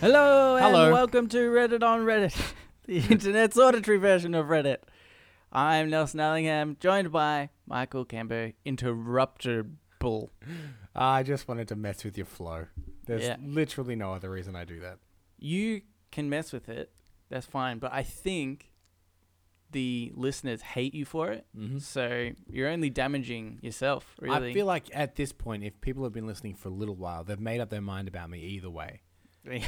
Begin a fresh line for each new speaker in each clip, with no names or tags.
Hello,
Hello.
and welcome to Reddit on Reddit, the internet's auditory version of Reddit. I'm Nelson Allingham, joined by Michael Camber, interruptible.
I just wanted to mess with your flow. There's
Yeah.
literally no other reason I do that.
You can mess with it, that's fine, but I think the listeners hate you for it, so you're only damaging yourself, Mm-hmm. really.
Hmm. I feel like at this point, if people have been listening for a little while, they've made up their mind about me either way.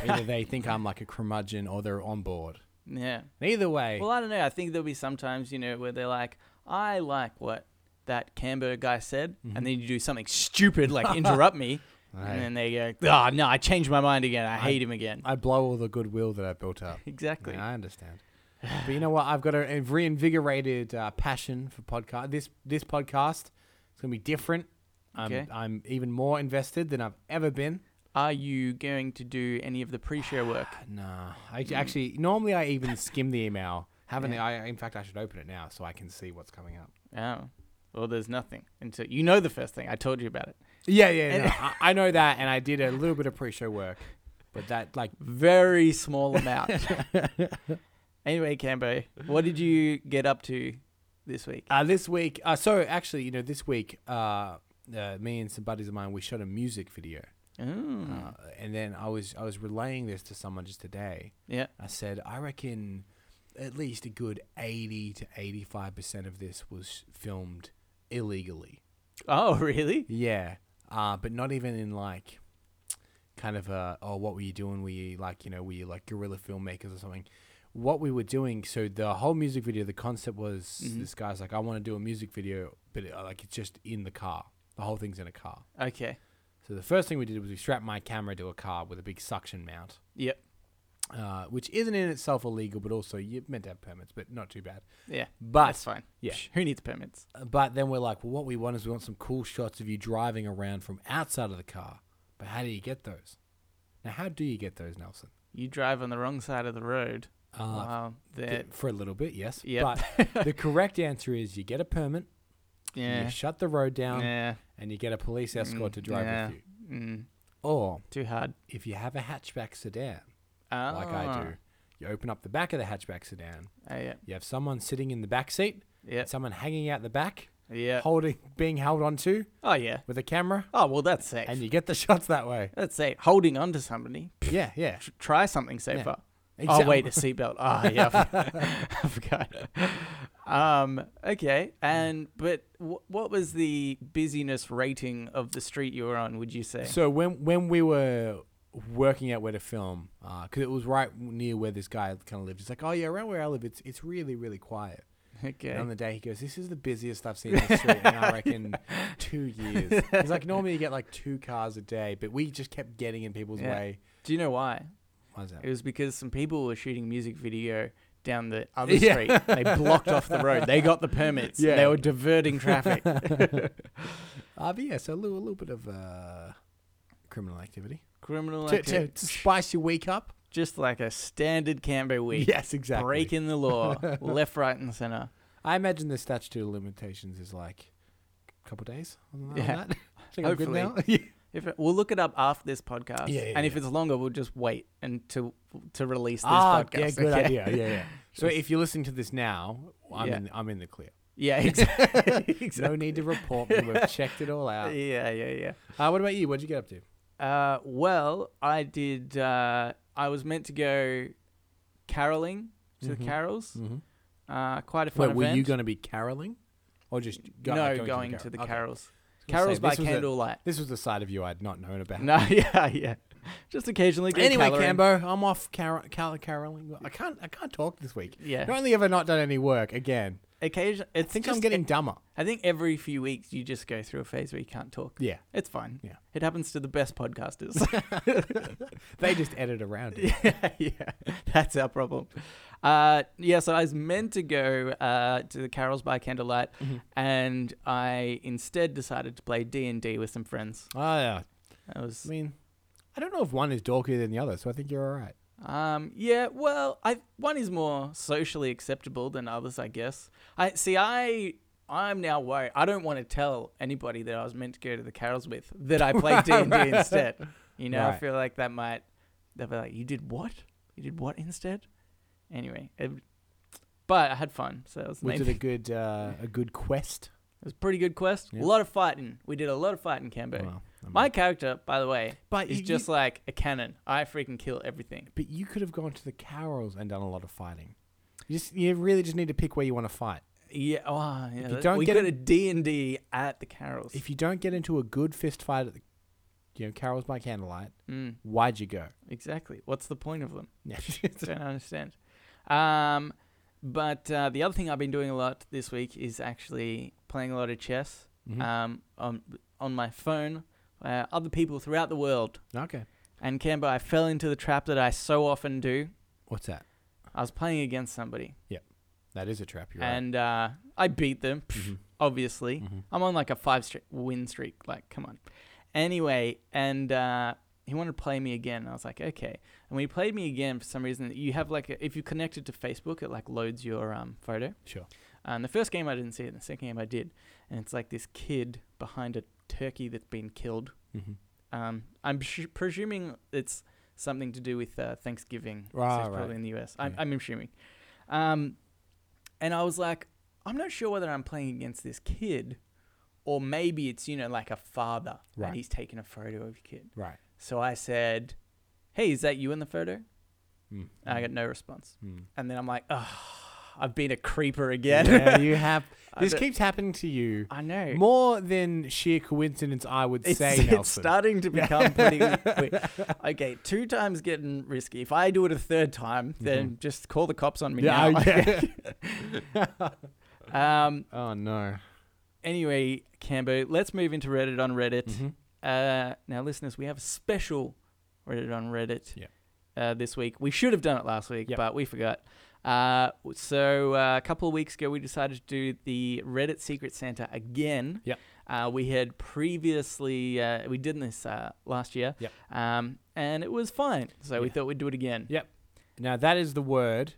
Either they think I'm like a curmudgeon or they're on board.
yeah.
And Either way,
Well, I don't know. I think there'll be sometimes, you know, where they're like, I like what that Camber guy said,
Mm-hmm.
and then you do something stupid like interrupt me, and then they go, oh, no, I changed my mind again. I hate him again.
I blow all the goodwill that I've built up.
exactly.
Yeah, I understand. But you know what? I've got a, a reinvigorated uh, passion for podcast. This this podcast is going to be different. I'm,
Okay.
I'm even more invested than I've ever been.
Are you going to do any of the pre-show work?
Nah, I j- actually normally I even skim the email. Haven't
Yeah.
I? In fact, I should open it now so I can see what's coming up.
Oh. Well, there's nothing until you know the first thing. I told you about it.
Yeah, yeah, no, I, I know that, and I did a little bit of pre-show work, but that like
Very small amount. anyway, Cambo, what did you get up to this week?
uh, this week. Uh, so actually, you know, this week, uh, uh, me and some buddies of mine we shot a music video,
Mm.
uh, and then I was I was relaying this to someone just today.
yeah.
I said I reckon at least a good eighty to eighty-five percent of this was filmed illegally.
Oh, really?
Yeah. Uh, but not even in like kind of a oh what were you doing? Were you like you know were you like guerrilla filmmakers or something? What we were doing. So the whole music video, the concept was this guy's like I want to do a music video, but uh, like it's just in the car. The whole thing's in a car.
Okay.
So the first thing we did was we strapped my camera to a car with a big suction mount.
Yep.
Uh, which isn't in itself illegal, but also you're meant to have permits, but not too bad.
Yeah.
But
That's fine.
yeah.
Psh, Who needs permits?
But then we're like, well, what we want is we want some cool shots of you driving around from outside of the car. But how do you get those? Now, how do you get those, Nelson?
You drive on the wrong side of the road.
Uh,
wow. That,
th- for a little bit, yes.
Yeah.
But the correct answer is you get a permit,
yeah.
you shut the road down,
Yeah.
and you get a police escort
Mm,
to drive
yeah.
with you.
Mm,
Or
too hard.
if you have a hatchback sedan,
Oh.
like I do, you open up the back of the hatchback sedan,
Ah, yeah.
you have someone sitting in the back seat,
Yeah.
someone hanging out the back,
Yeah.
holding, being held onto
Oh, yeah.
with a camera,
Oh, well, that's safe.
and you get the shots that way.
That's safe. Holding on to somebody.
Yeah, yeah.
Tr- try something safer.
Exactly.
Oh, wait, a seatbelt. Oh, yeah. I forgot. Um, okay. And, but w- what was the busyness rating of the street you were on, would you say?
So when when we were working out where to film, because it was right near where this guy kind of lived, he's like, "Oh yeah, around where I live, it's it's really really quiet." And
okay.
on the day he goes, "This is the busiest I've seen this street in I reckon two years." He's like, "Normally you get like two cars a day, but we just kept getting in people's
Yeah.
way."
Do you know why?
Why is that?
It was because some people were shooting music video down the other
Yeah.
street. They blocked off the road. They got the permits.
Yeah.
They were diverting traffic.
Uh, but yeah, so a little, a little bit of uh, criminal activity
Criminal
to,
activity.
to, to spice your week up.
Just like a standard Canberra week.
Yes, exactly.
Breaking the law. left, right, and center.
I imagine the statute of limitations is like a couple days. On
Yeah.
that. I think I'm good now.
Hopefully.
Yeah.
If it, we'll look it up after this podcast,
Yeah, yeah,
and if
yeah.
it's longer, we'll just wait and to to release this podcast.
Ah, yeah, good
okay?
idea. Yeah, yeah. So if you're listening to this now, I'm
Yeah.
in, I'm in the clear.
Yeah, exactly.
No need to report me. We've checked it all out.
yeah, yeah, yeah.
Uh, what about you? What'd you get up to?
Uh, well, I did. Uh, I was meant to go caroling to the carols. Uh, quite a fun
Mm-hmm. Mm. Wait, were
event.
you going to be caroling, or just go,
no,
like,
going,
carol-
to the
Okay.
carols.
I
Carols
was gonna say,
by
this was a-
candlelight.
This was the side of you I'd not known about.
No, yeah, yeah. Just occasionally. Go
Anyway,
caloring.
Cambo, I'm off car- car- caroling. I can't I can't talk this week.
Yeah.
Not only have I not done any work again,
occasion. It's
I think I'm
just-
getting dumber.
I think every few weeks you just go through a phase where you can't talk.
Yeah.
It's fine.
Yeah.
It happens to the best podcasters.
They just edit around it.
yeah, yeah. That's our problem. Uh, yeah, so I was meant to go uh, to the Carols by Candlelight, and I instead decided to play D and D with some friends.
Oh, yeah.
I
I
was,
mean, I don't know if one is dorkier than the other, so I think you're all right.
um, yeah. Well, I one is more socially acceptable than others, I guess. I see. I I'm now worried. I don't want to tell anybody that I was meant to go to the Carols with that I played D and D instead. You know, I
Right.
feel like that might they'll be like, "You did what? You did what instead?" Anyway, it, but I had fun, so that was the
Was
main
it a
thing.
good uh, a good quest?
It was a pretty good quest.
Yeah.
A lot of fighting. We did a lot of fighting, Cambo.
Well, I mean-
My character, by the way,
but
is
you-
just like a cannon. I freaking kill everything.
But you could have gone to the Carols and done a lot of fighting. You just you really just need to pick where you want to fight.
Yeah, oh, yeah.
you
that-
don't
we
get
got
it-
a D and D at the Carols.
If you don't get into a good fist fight at the you know, Carols by candlelight,
mm,
why'd you go?
exactly. What's the point of them?
Yeah.
don't understand. Um, but uh, the other thing I've been doing a lot this week is actually playing a lot of chess
Mhm.
um, on, on my phone, uh, other people throughout the world.
okay.
And Camber, I fell into the trap that I so often do.
What's that?
I was playing against somebody
That is a trap. You're
and uh, I beat them,
right. Mhm.
obviously.
Mhm.
I'm on like a five streak win streak. Like, come on. Anyway, and uh, he wanted to play me again. I was like, okay. And when he played me again, for some reason, you have like, a, if you connect it to Facebook, it like loads your um, photo.
Sure.
And the first game I didn't see it. The second game I did. And it's like this kid behind a turkey that's been killed.
Mhm.
Um, I'm sh- presuming it's something to do with uh, Thanksgiving.
Ah,
so it's
right.
probably in the US. I'm,
Yeah.
I'm assuming. Um, and I was like, I'm not sure whether I'm playing against this kid or maybe it's, you know, like a father
Right.
and he's taken a photo of your kid.
Right.
So I said, Hey, is that you in the photo?
Mm.
And I got no response.
Mm.
And then I'm like, Oh, I've been a creeper again.
Yeah, you have.
I
This
don't-
keeps happening to you
I know.
more than sheer coincidence. I would
it's,
say,
it's
Nelson.
starting to become pretty weird. Okay, two times getting risky. If I do it a third time, then just call the cops on me
Mm-hmm. Yeah,
now.
yeah.
um,
oh no.
anyway, Cambo, let's move into Reddit on Reddit.
Mhm.
Uh, now, listeners, we have a special Reddit on Reddit
Yep.
uh, this week. We should have done it last week,
Yep.
but we forgot. Uh, so uh, a couple of weeks ago, we decided to do the Reddit Secret Santa again.
Yep.
Uh, we had previously uh, we did this uh, last year.
Yep.
Um, and it was fine, so we
Yeah.
thought we'd do it again.
Yep. Now that is the word.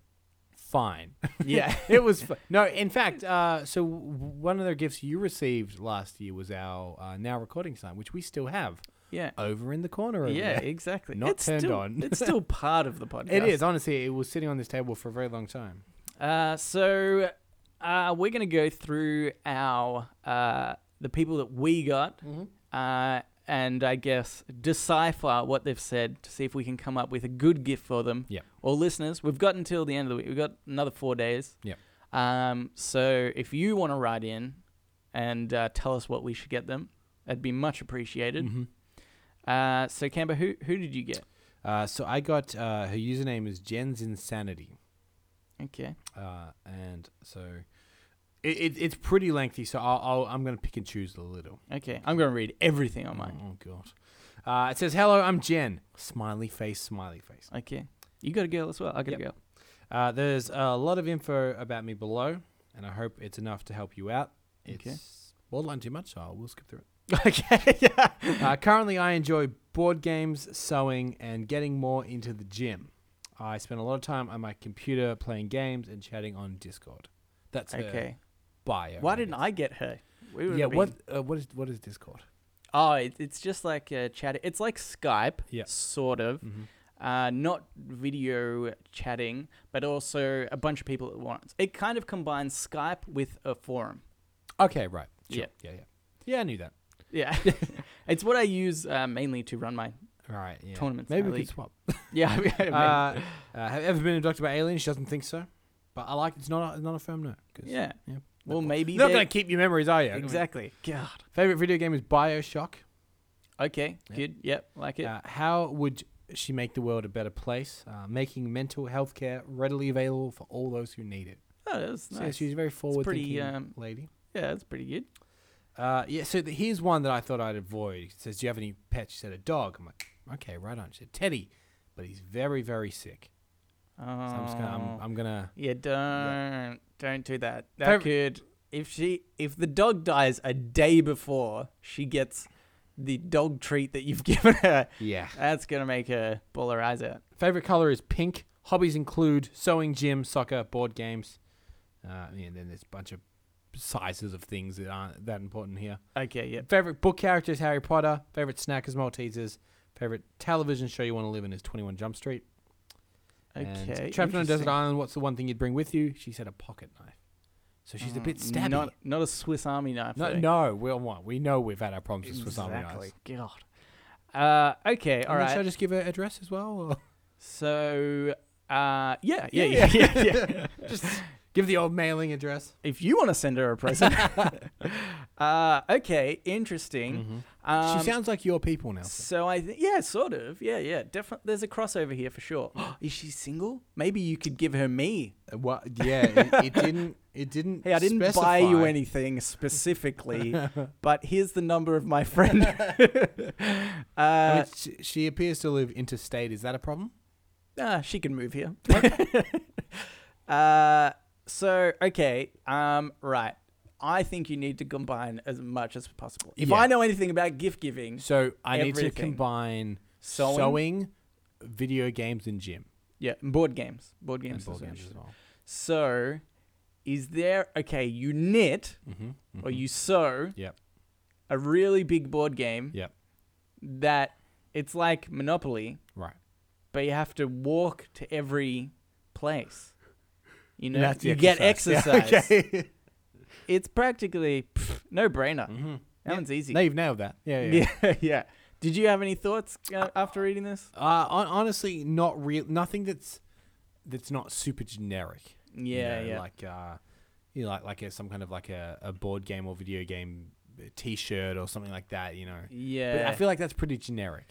Fine.
Yeah.
it was fu- no. In fact, uh, so w- one of the gifts you received last year was our uh, now recording sign, which we still have
yeah.
over in the corner. Over
Yeah,
there.
exactly.
Not
it's
turned
still,
on.
it's still part of the podcast.
it is honestly. It was sitting on this table for a very long time.
Uh, so uh, we're going to go through our uh, the people that we got, uh, and I guess decipher what they've said to see if we can come up with a good gift for them.
Yep.
Or listeners, we've got until the end of the week. We've got another four days.
Yep.
Um, so if you want to write in and uh, tell us what we should get them, that'd be much appreciated.
Mhm.
Uh, so Camber, who who did you get?
Uh, so I got uh, her username is Jen's Insanity,
Okay.
uh, and so it, it, it's pretty lengthy. So I'll, I'll, I'm going to pick and choose a little.
Okay. I'm gonna read everything on mine.
Oh god. Uh, it says, "Hello, I'm Jen." Smiley face, smiley face.
Okay. You got a girl as well. I got
Yep.
a girl.
Uh, there's a lot of info about me below, and I hope it's enough to help you out. It's
Okay.
borderline too much, so I will skip through it.
okay. Yeah.
Uh, currently, I enjoy board games, sewing, and getting more into the gym. I spend a lot of time on my computer playing games and chatting on Discord. That's okay.
Okay.
bio.
Why didn't I get her? We would've
Yeah.
been-
What? Uh, what is? What is Discord?
Oh, it, it's just like uh, chat. It's like Skype,
Yeah.
sort of. Uh, not video chatting, but also a bunch of people at once. It kind of combines Skype with a forum.
Okay. Right. Sure.
Yeah.
Yeah. Yeah. Yeah. I knew that.
Yeah, it's what I use uh, mainly to run my.
All right. Yeah.
Tournaments,
Maybe
my
we
league.
could swap.
Yeah, I mean,
uh, uh, have you ever been abducted by aliens? She doesn't think so. But I like it's not a, it's not a firm no. 'cause-
yeah.
yeah.
Well,
Not-
maybe
You're not
they're-
going to keep your memories, are you? I mean,
exactly. God.
favorite video game is Bioshock.
Okay.
Yeah.
Good. Yep. Like it.
Uh, how would she make the world a better place? Uh, making mental health care readily available for all those who need it.
Oh, that was
So yeah,
nice.
she's a very forward
pretty,
thinking
um,
lady.
yeah, that's pretty good.
Uh, yeah, so the, here's one that I thought I'd avoid. It says, Do you have any pets? She said, A dog. I'm like, Okay, right on. She said, Teddy, but he's very, very sick.
Oh,
So I'm just gonna, I'm, I'm gonna,
yeah, don't don't do that. That
Fav-
could if she if the dog dies a day before she gets the dog treat that you've given her,
yeah.
that's gonna make her ball her eyes out.
Favorite color is pink. Hobbies include sewing, gym, soccer, board games. Uh, yeah, and then there's a bunch of sizes of things that aren't that important here.
Okay, yep.
Favorite book character is Harry Potter. Favorite snack is Maltesers. Favorite television show you want to live in is 21 Jump Street. And
Okay.
trapped on a desert
interesting.
island, what's the one thing you'd bring with you? She said a pocket knife. So she's a
Mm,
bit stabby.
Not, not a Swiss Army knife.
no,
though.
no, we all want. We know we've had our problems with Swiss Army
exactly.
knives.
God. Uh, okay, all
And then Should I
right.
just give her address as well? Or?
So, uh, yeah, yeah, yeah, yeah, yeah.
just give the old mailing address.
if you want to send her a present, uh, okay, interesting. Um,
Mm-hmm. she sounds like your people now.
So I think, yeah, sort of, yeah, yeah, definitely. There's a crossover here for sure. Is she single? Maybe you could give her me.
Well, yeah, it, it didn't. It didn't.
Hey, I didn't buy you
specify.
anything specifically, but here's the number of my friend. uh,
I mean, she, she appears to live interstate. Is that a problem?
Ah, she can move here. uh, so okay, um, right. I think you need to combine as much as possible. If
Yeah.
I know anything about gift giving,
So I need to
Everything.
combine
Sewing?
sewing, video games, and gym.
yeah, and board games, board
And
games.
board
is
games as
interesting.
well.
So, is there okay? You knit
Mm-hmm.
or you sew
Yep.
a really big board game
Yep.
that it's like Monopoly,
Right.
but you have to walk to every place. You know,
That's the
you get
exercise.
exercise. It's practically pff, no brainer.
Mhm.
That one's easy.
No, you've nailed that. Yeah. Yeah. yeah.
Mm-hmm. yeah, yeah. Did you have any thoughts uh, after reading this?
Uh, hon- honestly, not real. Nothing that's that's not super generic. you
Yeah,
know,
yeah.
Like uh, you know, like like a, some kind of like a, a board game or video game uh, T-shirt or something like that. You know. But
yeah.
I feel like that's pretty generic.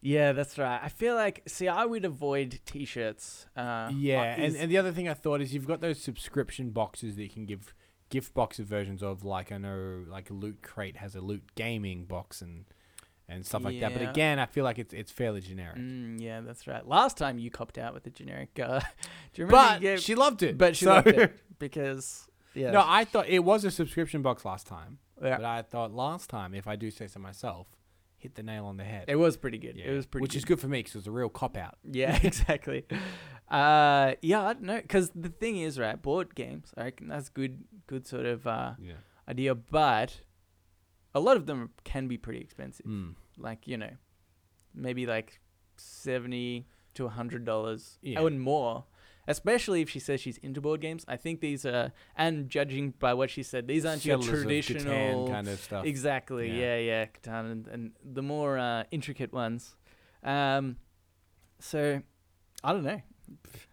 yeah, that's right. I feel like, see, I would avoid t shirts. Uh,
yeah,
uh,
and,
is-
and the other thing I thought is you've got those subscription boxes that you can give gift boxes versions of. Like I know, like Loot Crate has a Loot Gaming box and and stuff like that. But
Yeah.
again, I feel like it's it's fairly generic.
Mm, yeah, that's right. Last time you copped out with the generic. Uh, do you remember?
But
you gave-
she loved it.
but she
so-
loved it because. Yeah.
no, I thought it was a subscription box last time.
Yeah.
But I thought last time, if I do say so myself, hit the nail on the head.
it was pretty good.
Yeah,
It was pretty
which
good.
is good for me because it was a real cop out.
Yeah, exactly. Uh, yeah, I don't know, because the thing is, right, board games. I reckon that's good, good sort of uh,
Yeah.
idea, but a lot of them can be pretty expensive.
Mm.
Like you know, maybe like seventy to hundred dollars,
Yeah.
and more. Especially if she says she's into board games. I think these are, and judging by what she said, these aren't
Settlers
your
of Catan
traditional
kind of stuff.
Exactly. Yeah,
Yeah.
yeah, Catan and, and the more uh, intricate ones. Um, so I don't know.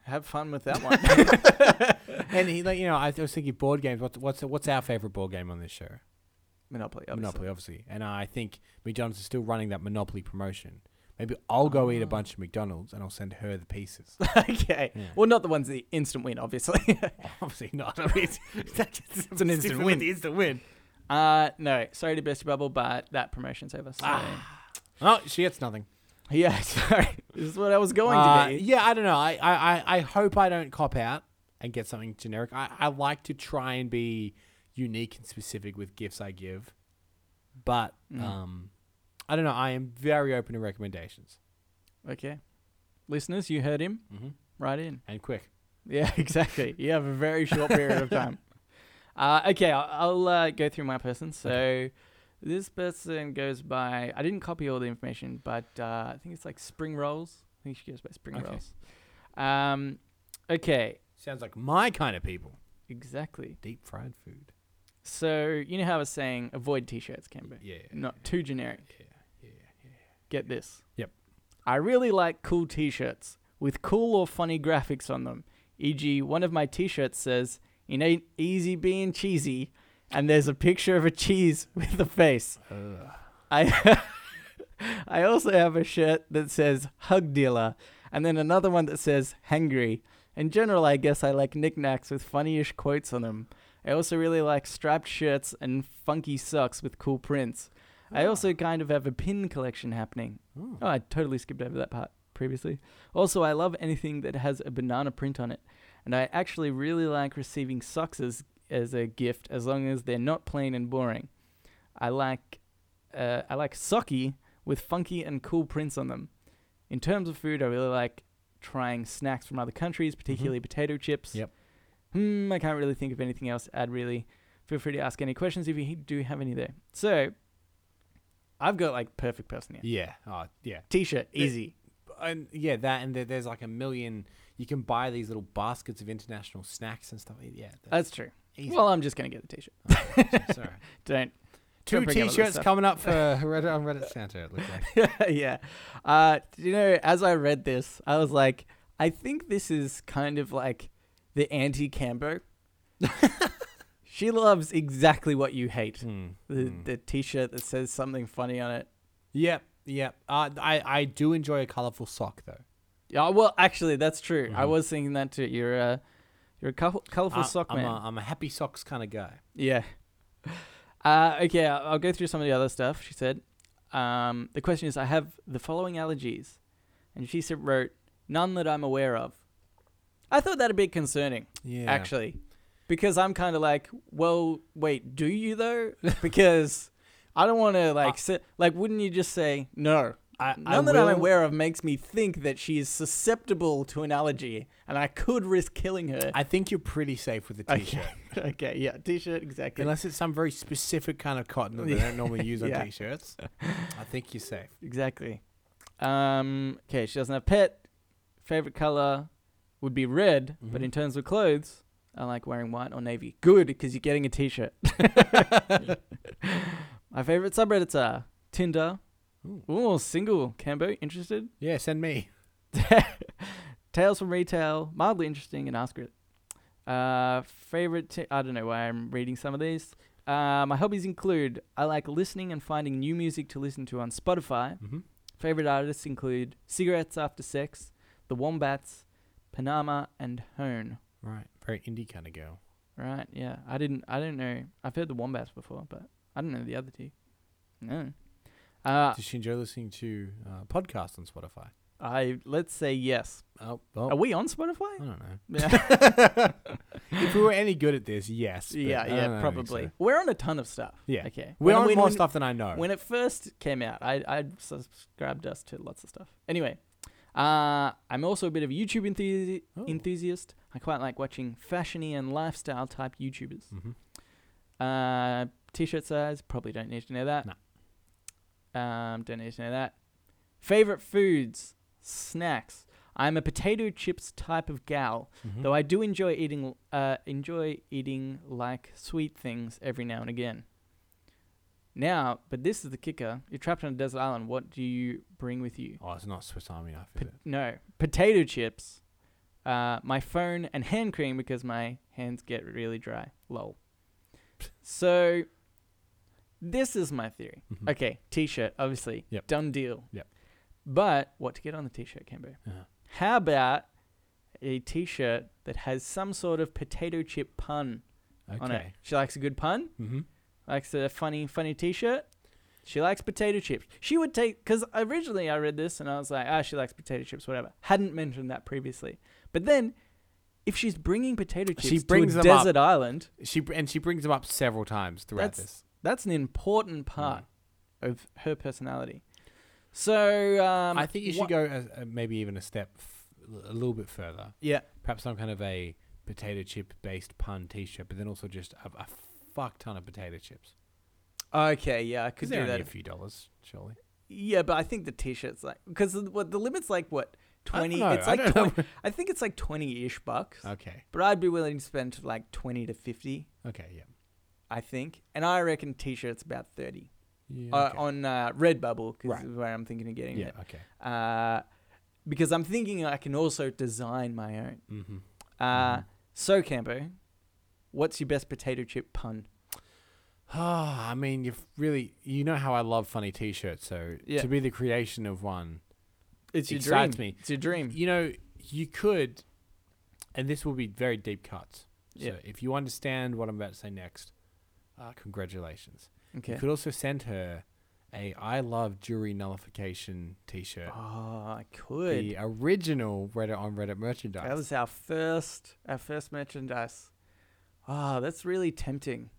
Have fun with that one.
and he, like, you know, I was thinking board games. What's what's what's our favorite board game on this show?
Monopoly. Obviously.
Monopoly, obviously. And I think McDonald's is still running that Monopoly promotion. Maybe I'll go
Oh.
eat a bunch of McDonald's and I'll send her the pieces.
okay.
Yeah.
Well, not the ones the instant win, obviously.
obviously not. I mean, that's
It's an instant win.
Instant win.
uh, no, sorry to burst your bubble, but that promotion's over. So.
Oh, she gets nothing.
Yeah, sorry. This is what I was going
Uh,
to be.
yeah, I don't know. I, I, I- I hope I don't cop out and get something generic. I, I like to try and be unique and specific with gifts I give. But
Mm.
um, I don't know. I am very open to recommendations.
Okay. Listeners, you heard him.
Mm-hmm.
Right in.
And quick.
Yeah, exactly. You have a very short period of time. Uh, okay, I'll, I'll uh, go through my person. So this person goes by, I didn't copy all the information, but uh, I think it's like Spring Rolls. I think she goes by Spring
Okay.
Rolls. Um, okay,
Sounds like my kind of people.
exactly.
Deep fried food.
So you know how I was saying avoid t shirts, Camber.
Yeah.
Not too generic.
Yeah. Yeah.
Get this.
Yep.
I really like cool t shirts with cool or funny graphics on them. E.g., one of my t shirts says, It ain't easy being cheesy, and there's a picture of a cheese with a face. I, I also have a shirt that says Hug Dealer, and then another one that says Hangry, In general, I guess I like knickknacks with funny-ish quotes on them. I also really like striped shirts and funky socks with cool prints. I also kind of have a pin collection happening.
Oh.
Oh, I totally skipped over that part previously. Also, I love anything that has a banana print on it, and I actually really like receiving socks as, as a gift as long as they're not plain and boring. I like uh, I like socky with funky and cool prints on them. In terms of food, I really like trying snacks from other countries, particularly potato chips.
Yep.
Hmm, I can't really think of anything else to add really. Feel free to ask any questions if you do have any there. So, I've got like perfect person here.
Yeah. Oh, yeah.
T-shirt, easy.
And yeah, that and there- there's like a million. You can buy these little baskets of international snacks and stuff. Yeah. That's
That's true.
easy.
Well, I'm just gonna get the T-shirt.
Sorry.
Don't.
Two
don't bring up all this
t-shirts
stuff.
coming up for Reddit on Reddit Santa. It looks like.
yeah. Uh, you know, as I read this, I was like, I think this is kind of like the anti-Cambo. she loves exactly what you hate.
Mm,
The,
mm.
the T-shirt that says something funny on it.
Yep, yep. Uh, I I do enjoy a colorful sock though.
Yeah. Well, actually, that's true. I
Mhm.
was thinking that too. You're a you're a col- colorful
Uh,
sock
I'm
man.
A, I'm a happy socks kind of guy.
Yeah. Uh, okay, I'll I'll go through some of the other stuff. She said, um, the question is, I have the following allergies. And she said, wrote, none that I'm aware of. I thought that a bit concerning,
Yeah.
actually, because I'm kind of like, well, wait, do you though? Because I don't want to like, sit, like, wouldn't you just say no?
I,
None that
I will,
I'm aware of makes me think that she is susceptible to an allergy, and I could risk killing her.
I think you're pretty safe with the t-shirt,
okay, yeah, t-shirt, exactly.
unless it's some very specific kind of cotton that they
Yeah.
don't normally use on
Yeah.
t-shirts. I think you're safe.
Exactly. Um, okay, she doesn't have pet. Favorite color would be red, but
Mhm.
in terms of clothes, I like wearing white or navy. Good, because you're getting a t-shirt. My favorite subreddits are Tinder.
Ooh.
Ooh, single. Cambo, interested?
Yeah, send me.
Tales from Retail, mildly interesting, and Ask It. Uh, favorite, ti I don't know why I'm reading some of these. Uh, my hobbies include I like listening and finding new music to listen to on Spotify.
Mm-hmm.
Favorite artists include Cigarettes After Sex, The Wombats, Panama, and Hone.
Right, very indie kind of girl.
Right? Yeah, I didn't. I don't know. I've heard the Wombats before, but I don't know the other two. No. Uh,
Does she enjoy listening to uh, podcasts on Spotify?
I let's say yes.
Oh,
Are
well,
we on
I
Spotify?
don't know.
Yeah,
if we were any good at this, yes. but
yeah,
I don't know, I
yeah.
don't think
Probably.
so.
We're on a ton of stuff.
Yeah.
Okay.
We're
When-
on
when-
more
when-
stuff than I know.
When it first came out, I I subscribed us to lots of stuff. Anyway, uh, I'm also a bit of a YouTube enthusi-
Oh.
enthusiast. I quite like watching fashiony and lifestyle type YouTubers.
Mhm.
Uh, t-shirt size, probably don't need to know that.
No.
Um, don't need to know that. Favorite foods, snacks. I'm a potato chips type of gal,
Mhm.
though I do enjoy eating uh, enjoy eating like sweet things every now and again. Now, but this is the kicker. You're trapped on a desert island. What do you bring with you?
Oh, it's not Swiss Army knife, is
Po-
it?
no, potato chips, uh, my phone, and hand cream because my hands get really dry. Lol. So, this is my theory.
Mhm.
Okay, t-shirt, obviously,
Yep.
done deal.
Yep.
But what to get on the t-shirt, Cambo?
Uh-huh.
How about a t-shirt that has some sort of potato chip pun on it?
Okay.
She likes a good pun
Mm-hmm.
likes a funny, funny T-shirt. She likes potato chips. She would take because originally I read this and I was like, ah, she likes potato chips, whatever. Hadn't mentioned that previously, but then if she's bringing potato chips
She brings
to a
them up
desert island,
She br- and she brings them up several times throughout
That's- that's an important
Hmm.
part of her personality. So
this.
um,
I think you should
what-
go as, uh, maybe even a step, f- a little bit further.
Yeah.
Perhaps some kind of a potato chip based pun T-shirt, but then also just a, a fuck ton of potato chips.
Okay, yeah, I could
Because
do
they're
that.
only a few dollars, surely.
yeah, but I think the T-shirt's like because what the limit's like what
I don't
twenty.
know,
It's
I
like
don't know.
20, I think it's like twenty-ish bucks.
okay,
But I'd be willing to spend like twenty to fifty.
okay, yeah,
I think, and I reckon t-shirts about thirty
yeah,
uh,
okay.
on uh, Redbubble because
Right.
is where I'm thinking of getting
yeah,
it.
okay.
Uh, because I'm thinking I can also design my own.
Mm-hmm.
Uh,
Mhm.
So Campo, what's your best potato chip pun?
Ah, I mean, you've really, you know how I love funny T-shirts, so
Yeah.
to be the creation of one,
It's your
Excites
dream.
me.
It's your dream.
you know, you could, and this will be very deep cuts.
Yeah.
So if you understand what I'm about to say next, uh, congratulations.
Okay.
You could also send her a I love jury nullification T-shirt,
Oh, I could.
the original Reddit on Reddit merchandise.
That was our first, our first merchandise. Ah, that's really tempting.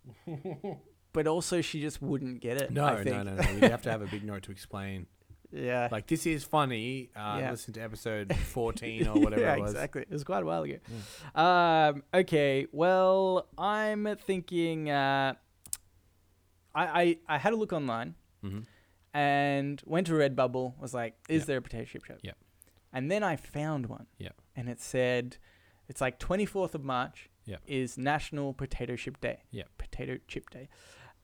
but also, she just wouldn't get it. I
no,
think.
no, no, no. You have to have a big note to explain.
Yeah.
Like this is funny. Uh,
Yeah.
Listen to episode 14 or whatever
yeah,
it was. Hmm.
exactly. It was quite a while ago. Um, okay, well, I'm thinking. Uh, I, I I had a look online
Mhm.
and went to Redbubble. Was like, is
Yep.
there a potato chip shop?
Yep.
And then I found one.
Yep.
And it said, it's like 24th of March.
Yep.
Is National Potato Chip Day.
Yep.
Potato Chip Day.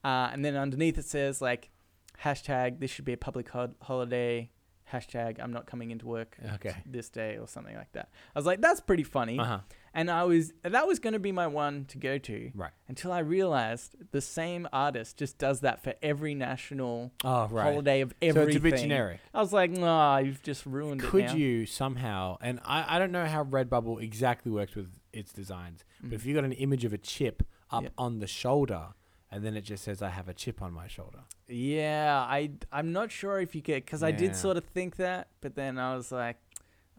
Uh, and then underneath it says like, hashtag this should be a public hol- holiday. Hashtag I'm not coming into work
Okay.
this day or something like that. I was like, that's pretty funny.
Uh huh.
And I was that was going to be my one to go to
Right.
until I realized the same artist just does that for every national
Oh right.
holiday of
so
everything.
it's a bit generic.
I was like, nah, you've just ruined it.
Could
now."
you somehow? And I, I don't know how Redbubble exactly works with its designs, but if you got an image of a chip up
Mm. Yeah.
on the shoulder, and then it just says, "I have a chip on my shoulder."
Yeah, I I'm not sure if you get because I
Yeah.
did sort of think that, but then I was like,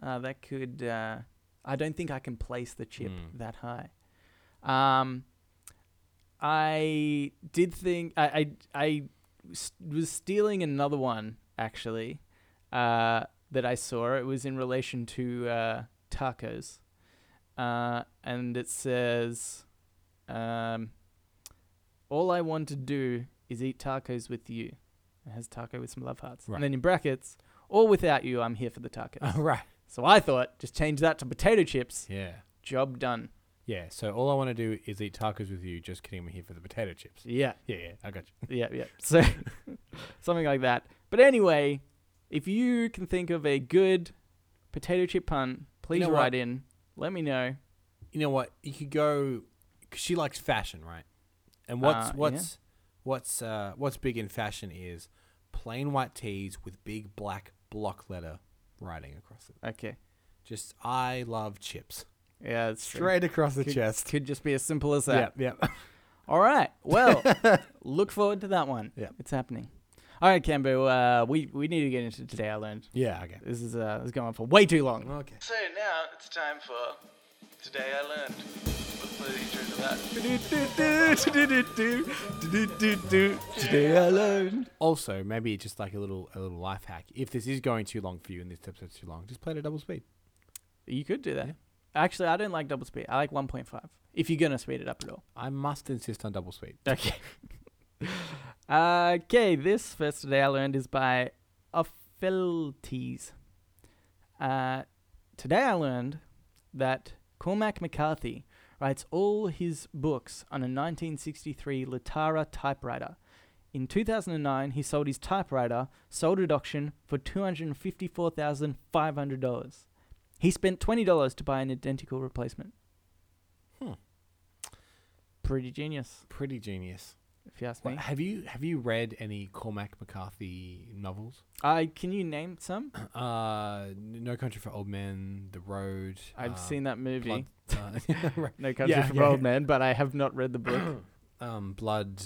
uh, that could. Uh, I don't think I can place the chip
Mm.
that high. Um, I did think I I, I s- was stealing another one actually uh, that I saw. It was in relation to uh, tacos, uh, and it says. Um, all I want to do is eat tacos with you. It has taco with some love hearts.
Right.
And then in brackets, or without you, I'm here for the tacos.
Oh, right.
So I thought, just change that to potato chips.
Yeah.
Job done.
Yeah. So all I want to do is eat tacos with you. Just kidding. We're here for the potato chips.
Yeah,
Yeah. Yeah. I got you.
yeah, yeah. So something like that. But anyway, if you can think of a good potato chip pun, please
know what?
write in. Let me know.
You know what? You could go. Cause she likes fashion, right? And what's
Uh, yeah.
what's what's uh, what's big in fashion is plain white tees with big black block letter writing across it.
Okay.
Just I love chips.
Yeah, it's true.
Straight across the
Could-
chest.
Could just be as simple as that.
Yeah, yeah.
All right. Well, look forward to that one.
Yeah.
It's happening. All right, Cambo. Uh, we we need to get into today. I learned
Yeah, okay.
this is uh, this is going on for way too long.
Okay.
So now it's time for today. I learned. Today I learned.
Also, maybe just like a little a little life hack. If this is going too long for you and this episode's too long, just play it at double speed.
You could do that. Actually, I don't like double speed. I like 1.5. If you're gonna speed it up at all.
I must insist on double speed.
Okay. okay, this first today I learned is by Opheltes. Uh, today I learned that Cormac McCarthy writes all his books on a 1963 Latara typewriter. In 2009, he sold his typewriter, sold at auction, for $254,500. He spent $20 to buy an identical replacement.
Hmm.
Pretty genius,
Pretty genius.
if you ask me.
What, have you have you read any Cormac McCarthy novels?
I can you name some?
Uh, No Country for Old Men, The Road.
I've
uh,
seen that movie.
Blood, uh, right.
No Country
Yeah,
for
yeah,
Old
yeah.
Men, but I have not read the book.
um, Blood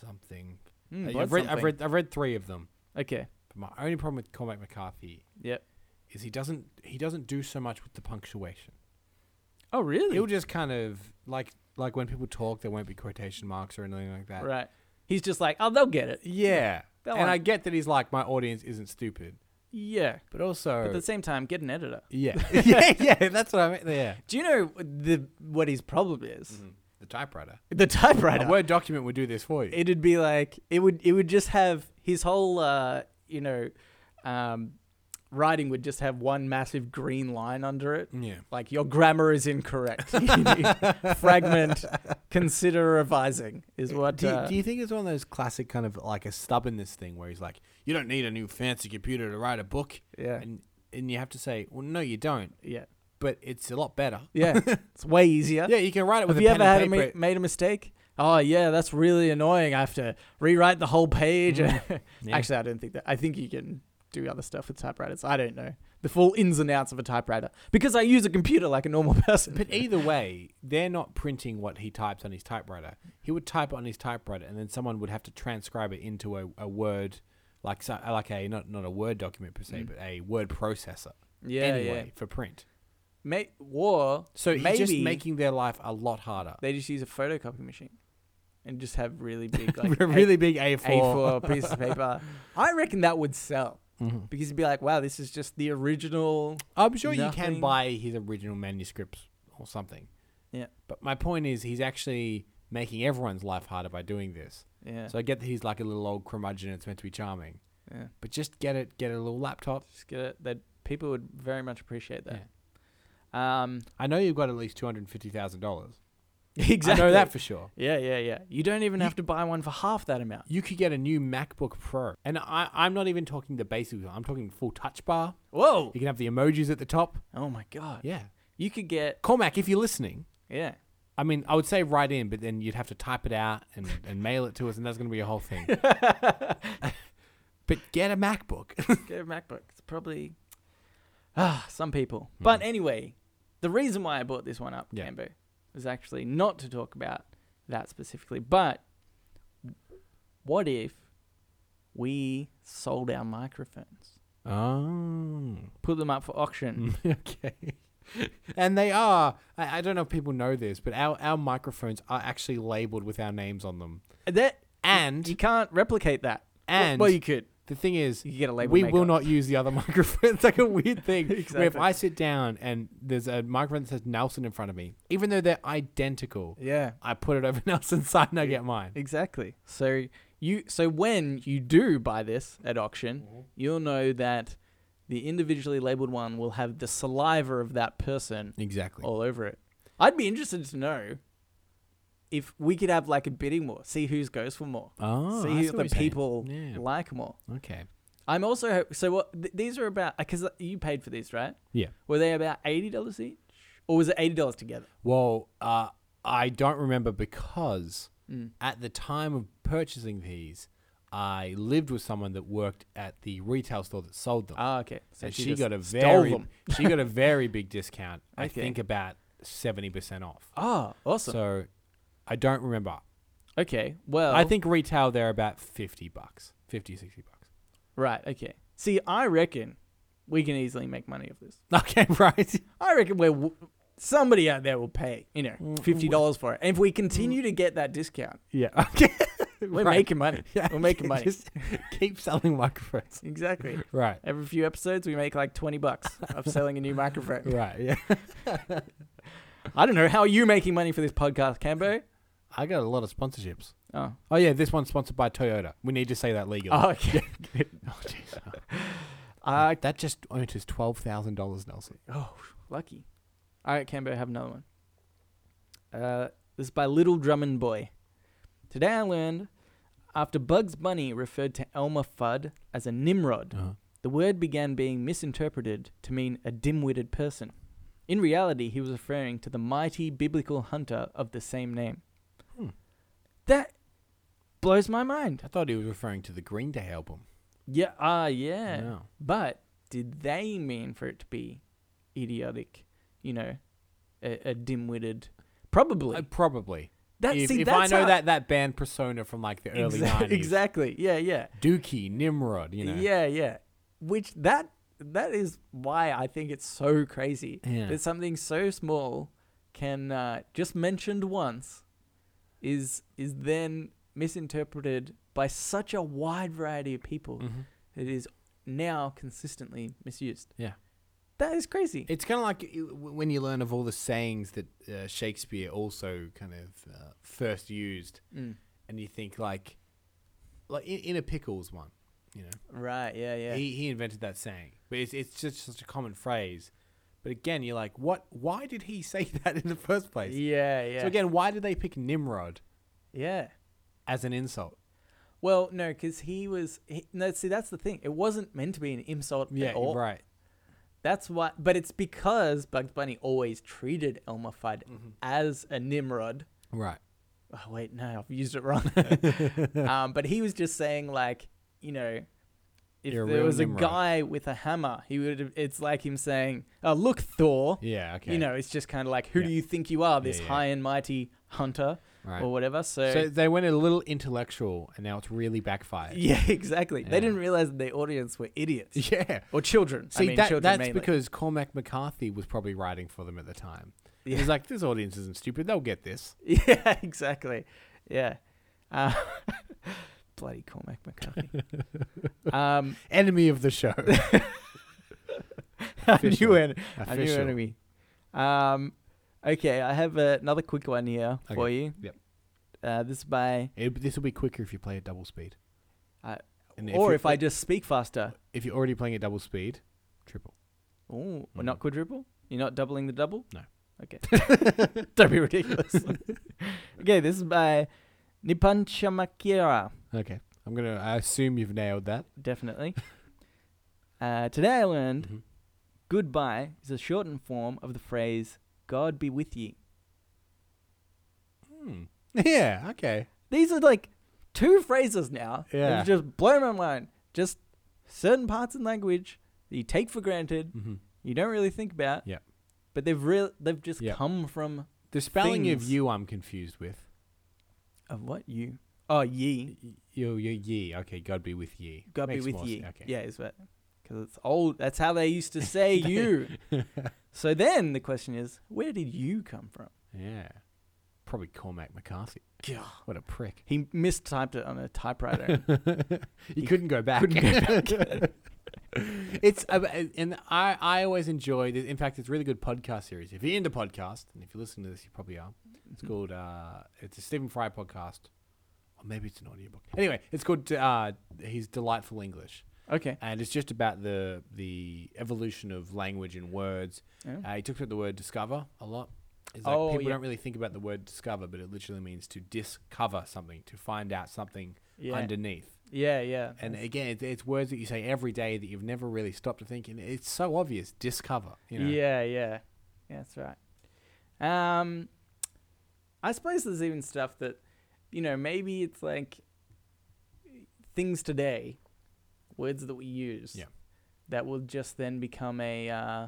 something.
Mm,
Uh,
Blood
I've, read, I've
something.
read I've read three of them.
Okay.
But my only problem with Cormac McCarthy
Yep.
is he doesn't he doesn't do so much with the punctuation.
Oh really?
He'll just kind of like like when people talk, there won't be quotation marks or anything like that.
right. He's just like, oh, they'll get it.
Yeah,
They'll
and
un-
I get that he's like my audience isn't stupid,
yeah.
but also
But at the same time, get an editor.
yeah, yeah, yeah. That's what I mean. Yeah,
Do you know the what his problem is?
Mm-hmm. the typewriter.
The typewriter.
A word document would do this for you.
it'd be like it would it would just have his whole uh you know um writing would just have one massive green line under it
yeah.
like your grammar is incorrect fragment consider revising is what
Eh, do, you-
uh,
do you think it's one of those classic kind of like a stubbornness thing where he's like, you don't need a new fancy computer to write a book,
yeah
and and you have to say, well, no, you don't,
yeah
but it's a lot better.
yeah it's way easier
Yeah, you can write it with
have
a
you
pen
ever had a
and paper.
ma- made a mistake oh yeah that's really annoying i have to rewrite the whole page
Mm. Yeah.
actually i don't think that i think you can do other stuff with typewriters i don't know the full ins and outs of a typewriter because I use a computer like a normal person.
But either way, they're not printing what he types on his typewriter. He would type it on his typewriter, and then someone would have to transcribe it into a, a word, like so- like a not not a word document per
Mm-hmm.
se, but a word processor.
yeah,
anyway,
yeah.
for print.
Mate, war.
So
maybe
he's just making their life a lot harder.
they just use a photocopy machine and just have really big, like
A really big
A- A4 pieces of paper. I reckon that would sell because you'd be like, wow, this is just the original.
I'm sure you
Nothing.
can buy his original manuscripts or something.
Yeah.
But my point is, he's actually making everyone's life harder by doing this.
Yeah.
So I get that he's like a little old curmudgeon. It's meant to be charming,
yeah.
but just get it. Get a little laptop.
Just get it. That people would very much appreciate that. Um,
I know you've got at least two hundred fifty thousand dollars.
exactly.
I know that for sure.
yeah, yeah, yeah. You don't even
You-
have to buy one for half that amount.
You could get a new MacBook Pro, and I, I'm not even talking the basic. I'm talking full touch bar.
Whoa!
You can have the emojis at the top.
Oh my god.
Yeah,
You could get
Cormac, if you're listening,
yeah.
I mean, I would say write in, but then you'd have to type it out and, and mail it to us, and that's going to be a whole thing. but get a MacBook.
Get a MacBook. It's probably ah some people. But anyway, the reason why I brought this one up,
Hmm. Yeah.
Cambo, was actually not to talk about that specifically, but what if we sold our microphones,
Oh.
put them up for auction?
okay. And they are. I, I don't know if people know this, but our, our microphones are actually labeled with our names on them.
That you
And
can't replicate that. Well-
Hmm. and
well, you could.
the thing is,
You could get a label.
we
maker.
will not use the other microphone. It's like a weird thing. Where if
Exactly.
I sit down and there's a microphone that says Nelson in front of me, even though they're identical,
Yeah.
I put it over Nelson's side and I get mine.
Exactly. So you so when you do buy this at auction, you'll know that the individually labeled one will have the saliva of that person
Exactly.
all over it. I'd be interested to know if we could have like a bidding war, see whose goes for more,
Oh, I
see
what
who the
you're saying.
people
Yeah.
like more.
Okay.
I'm also ho- so what th- these are about because you paid for these, right?
Yeah.
Were they about eighty dollars each, or was it eighty dollars together?
Well, uh, I don't remember because
Mm.
at the time of purchasing these, I lived with someone that worked at the retail store that sold them,
Ah, okay. So
and
she,
she,
just
got a
stole
very
them.
she got a very big discount. I
Okay.
think about seventy percent off.
Ah, awesome.
So I don't remember.
okay. Well,
I think retail they're about fifty bucks, 50, 60 bucks.
Right, okay. See, I reckon we can easily make money off this.
Okay, right.
I reckon we're w- somebody out there will pay, you know, $50 for it. And if we continue to get that discount,
Yeah. Okay.
we're
Right.
making money.
Yeah,
We're making money.
Just keep selling microphones.
Exactly.
Right.
Every few episodes, we make like 20 bucks of selling a new microphone.
Right. Yeah.
I don't know. How are you making money for this podcast, Cambo?
I got a lot of sponsorships.
Oh,
Oh yeah, this one's sponsored by Toyota. We need to say that legally.
oh okay.
Oh, jeez.
Uh,
that just earned us twelve thousand dollars, Nelson.
oh, lucky. All right, Cambo, have another one. Uh, this is by Little Drummond Boy. Today I learned after Bugs Bunny referred to Elmer Fudd as a Nimrod,
Uh-huh.
the word began being misinterpreted to mean a dim witted person. In reality, he was referring to the mighty biblical hunter of the same name.
Hmm.
That blows my mind.
I thought he was referring to the Green Day album.
Yeah, ah, yeah.
No.
But did they mean for it to be idiotic? You know, a, a dim-witted. Probably.
Uh, probably.
that,
if
see,
if I
that's
know
how-
that that band persona from like the early
Exa-
nineties,
Exactly. Yeah, yeah,
Dookie, Nimrod, you know.
yeah, yeah. Which that that is why I think it's so crazy
Yeah.
that something so small can uh, just mentioned once is is then misinterpreted by such a wide variety of people
Mhm.
that is now consistently misused.
Yeah.
That is crazy.
It's kind of like you- w- when you learn of all the sayings that uh, Shakespeare also kind of uh, first used,
Mm.
and you think like, like in, in a pickles one, you know.
Right. Yeah. Yeah.
He, he invented that saying, but it's, it's just such a common phrase. But again, you're like, what? Why did he say that in the first place?
yeah. Yeah.
So again, why did they pick Nimrod
yeah.
as an insult?
Well, no, because he was. He, no, see, that's the thing. It wasn't meant to be an insult at all.
right.
That's why. But it's because Bugs Bunny always treated Elmer Fudd
Mm-hmm.
as a Nimrod.
Right.
Oh wait, no, I've used it wrong. um, but he was just saying like, you know, if
You're a
there
real
was a
Nimrod.
guy with a hammer, he would. have- It's like him saying, "Oh, look, Thor."
Yeah. Okay.
You know, it's just kind of like, who
Yeah.
do you think you are, this
yeah.
high and mighty hunter
Right.
or whatever? So,
so they went a little intellectual, and now it's really backfired.
yeah, exactly.
Yeah.
They didn't realize that their audience were idiots
Yeah.
or children.
See,
I mean,
that,
children
that's
mainly.
because Cormac McCarthy was probably writing for them at the time.
Yeah.
He's like, this audience isn't stupid. They'll get this.
yeah, exactly. Yeah, uh, bloody Cormac McCarthy. um,
Enemy of the show.
a
Official.
new, en- a new
Official.
enemy. Um, okay, I have uh, another quick one here for
Okay,
you.
yep.
Uh, this is by,
It, this will be quicker if you play at double speed.
Uh,
And
or
you're-
if I just speak faster.
if you're already playing at double speed, triple.
Oh, we're not quadruple? You're not doubling the double?
Mm. No.
Okay. Don't be ridiculous. okay, this is by Nippon Shamakira,
Okay, I'm gonna. I assume you've nailed that.
definitely. Uh, today I learned
Mm-hmm.
goodbye is a shortened form of the phrase God be with ye.
Hmm. Yeah. Okay.
These are like two phrases now. that
Yeah.
have just blown my mind. Just certain parts in language that you take for granted,
Mm-hmm.
you don't really think about.
Yep.
But they've real they've just
Yep.
come from
The spelling of
Things.
you, I'm confused with.
of what you oh ye
Yo, yo, ye. Okay, God be with ye.
God
Makes
be with
more
ye.
sense. Okay.
Yeah, is that because it's old. That's how they used to say you. So then the question is, where did you come from?
Yeah. Probably Cormac McCarthy.
God.
What a prick.
He mistyped it on a typewriter.
you couldn't go back. it's uh, and I, I always enjoy. This. In fact, it's a really good podcast series. If you're into podcast, and if you listen to this, you probably are.
Mm-hmm.
It's called uh, it's a Stephen Fry podcast, or maybe it's an audiobook. Anyway, it's called uh, his delightful English,
okay.
and it's just about the the evolution of language and words.
Yeah.
Uh, he talks about the word discover a lot. It's like
Oh,
people
yeah.
don't really think about the word discover, but it literally means to discover something, to find out something
Yeah.
underneath.
yeah. Yeah.
And again, it's, it's words that you say every day that you've never really stopped to think. And it's so obvious. Discover. You know?
Yeah, yeah. Yeah, that's right. Um I suppose there's even stuff that you know, maybe it's like things today, words that we use
Yeah.
that will just then become a uh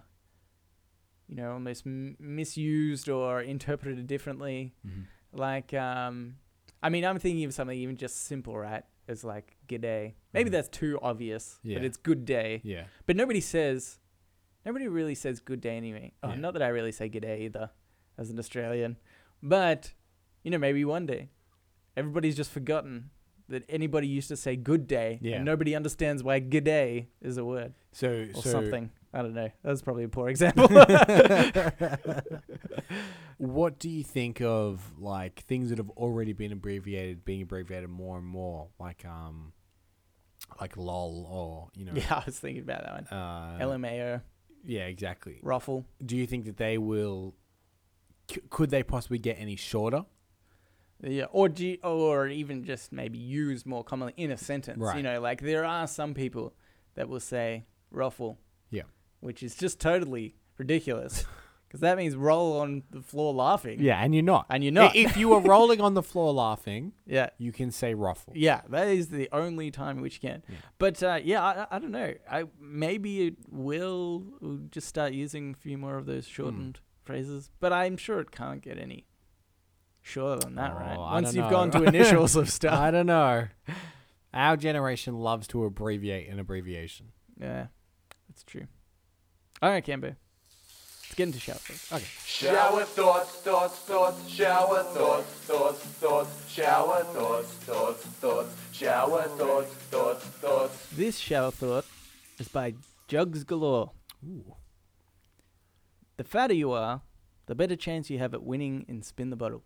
you know, almost m- misused or interpreted differently.
Mhm.
Like um I mean, I'm thinking of something even just simple, right? As like g'day. Maybe
Mhm.
that's too obvious,
Yeah.
but it's good day.
Yeah.
But nobody says, nobody really says good day anyway. Oh,
Yeah.
Not that I really say good day either as an Australian. But, you know, maybe one day. Everybody's just forgotten that anybody used to say good day.
Yeah.
And nobody understands why good day is a word
So,
or
so
something. I don't know. That was probably a poor example.
what do you think of like things that have already been abbreviated, being abbreviated more and more, like um, like lol or you know,
yeah, I was thinking about that one.
uh,
LMAO,
yeah, exactly.
ruffle.
Do you think that they will? C- could they possibly get any shorter?
Yeah, or do you- or even just maybe use more commonly in a sentence.
Right.
You know, like there are some people that will say ruffle.
Yeah.
Which is just totally ridiculous because that means roll on the floor laughing.
Yeah, and you're not.
And you're not.
If you were rolling on the floor laughing,
yeah.
you can say ruffle.
Yeah, that is the only time which you can.
Yeah.
But uh, yeah, I, I don't know. I maybe it will we'll just start using a few more of
Hmm.
those shortened phrases, but I'm sure it can't get any shorter than that, right?
Oh, I
Once
don't
you've
know.
gone to initials of stuff.
I don't know. Our generation loves to abbreviate an abbreviation.
Yeah, that's true. All right, Cambo. Let's get into shout first.
Okay.
Shower thoughts, thoughts, thoughts, shower thoughts, thoughts, thoughts, shower thoughts, thoughts, thoughts, shower thoughts, thoughts, thoughts.
This shower thought is by Jugs Galore.
Ooh.
The fatter you are, the better chance you have at winning in Spin the Bottle.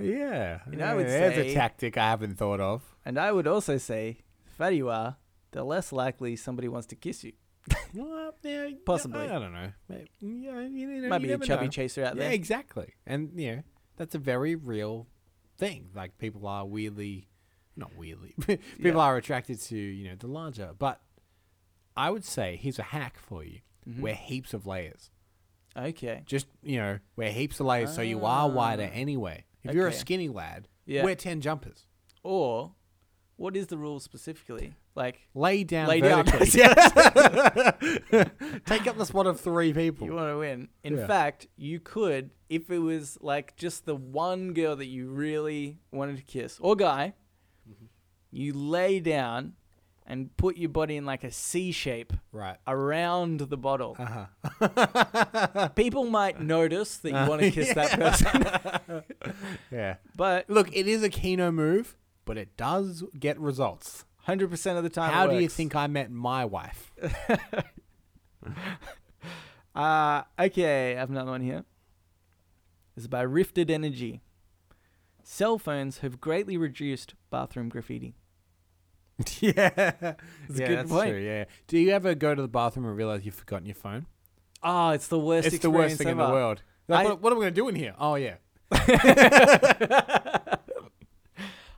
yeah.
You know, I would
There's a
say-
tactic I haven't thought of.
And I would also say, the fatter you are, the less likely somebody wants to kiss you.
Well, yeah, yeah,
Possibly.
I don't know. Maybe, yeah, you, know, you
Might be a
never
chubby
know.
chaser out
Yeah,
there.
exactly. And, you know, that's a very real thing. Like, people are weirdly, not weirdly, people
Yeah.
are attracted to, you know, the larger. But I would say here's a hack for you wear heaps of layers.
Okay.
just you know wear heaps of layers so you are wider anyway. If you're a
Ah. Okay.
skinny lad,
Yeah.
wear ten jumpers.
Or what is the rule specifically? Like,
Lay down
Lay down.
vertically. Take up the spot of three
you
people.
want to win. In
Yeah.
fact, you could, if it was like just the one girl that you really wanted to kiss or guy,
Mm-hmm.
you lay down and put your body in like a C shape
Right.
around the bottle.
Uh-huh.
People might notice that you want to kiss that person,
yeah.
but
Look, it is a keno move, but it does get results.
100% of the time, it
How do you
works.
think I met my wife?
Uh, okay, I have another one here. This is by Rifted Energy. Cell phones have greatly reduced bathroom graffiti.
yeah. yeah,
good
that's
point.
true. Yeah. Do you ever go to the bathroom and realize you've forgotten your phone?
Oh, it's the worst.
It's, the worst
experience
thing in
ever.
the world. Like,
I-
what, what am I going to do in here? Oh, yeah.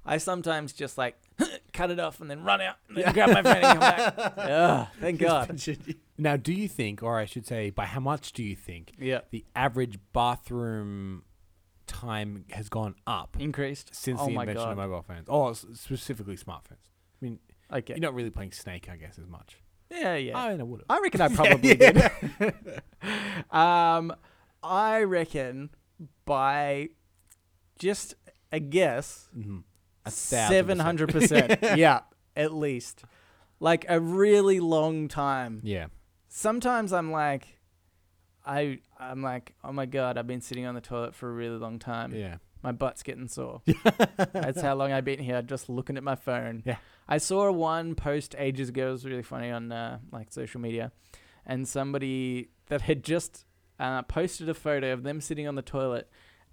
I sometimes just like cut it off and then run out and then grab my phone and come back. Ugh, thank God.
Now, do you think, or I should say, by how much do you think
Yeah,
the average bathroom time has gone up
increased
since
oh
the
my
invention
God.
of mobile phones, or s- specifically smartphones? I mean,
Okay.
you're not really playing Snake, I guess, as much. Oh,
yeah, yeah.
I mean, I would have.
I reckon I probably did. um, I reckon by just a guess,
Mm-hmm.
seven hundred percent. Yeah, at least like a really long time.
Yeah.
Sometimes I'm like, I I'm like, oh my god, I've been sitting on the toilet for a really long time.
Yeah.
My butt's getting sore. That's how long I've been here, just looking at my phone.
Yeah.
I saw one post ages ago. It was really funny on uh, like social media, and somebody that had just uh, posted a photo of them sitting on the toilet,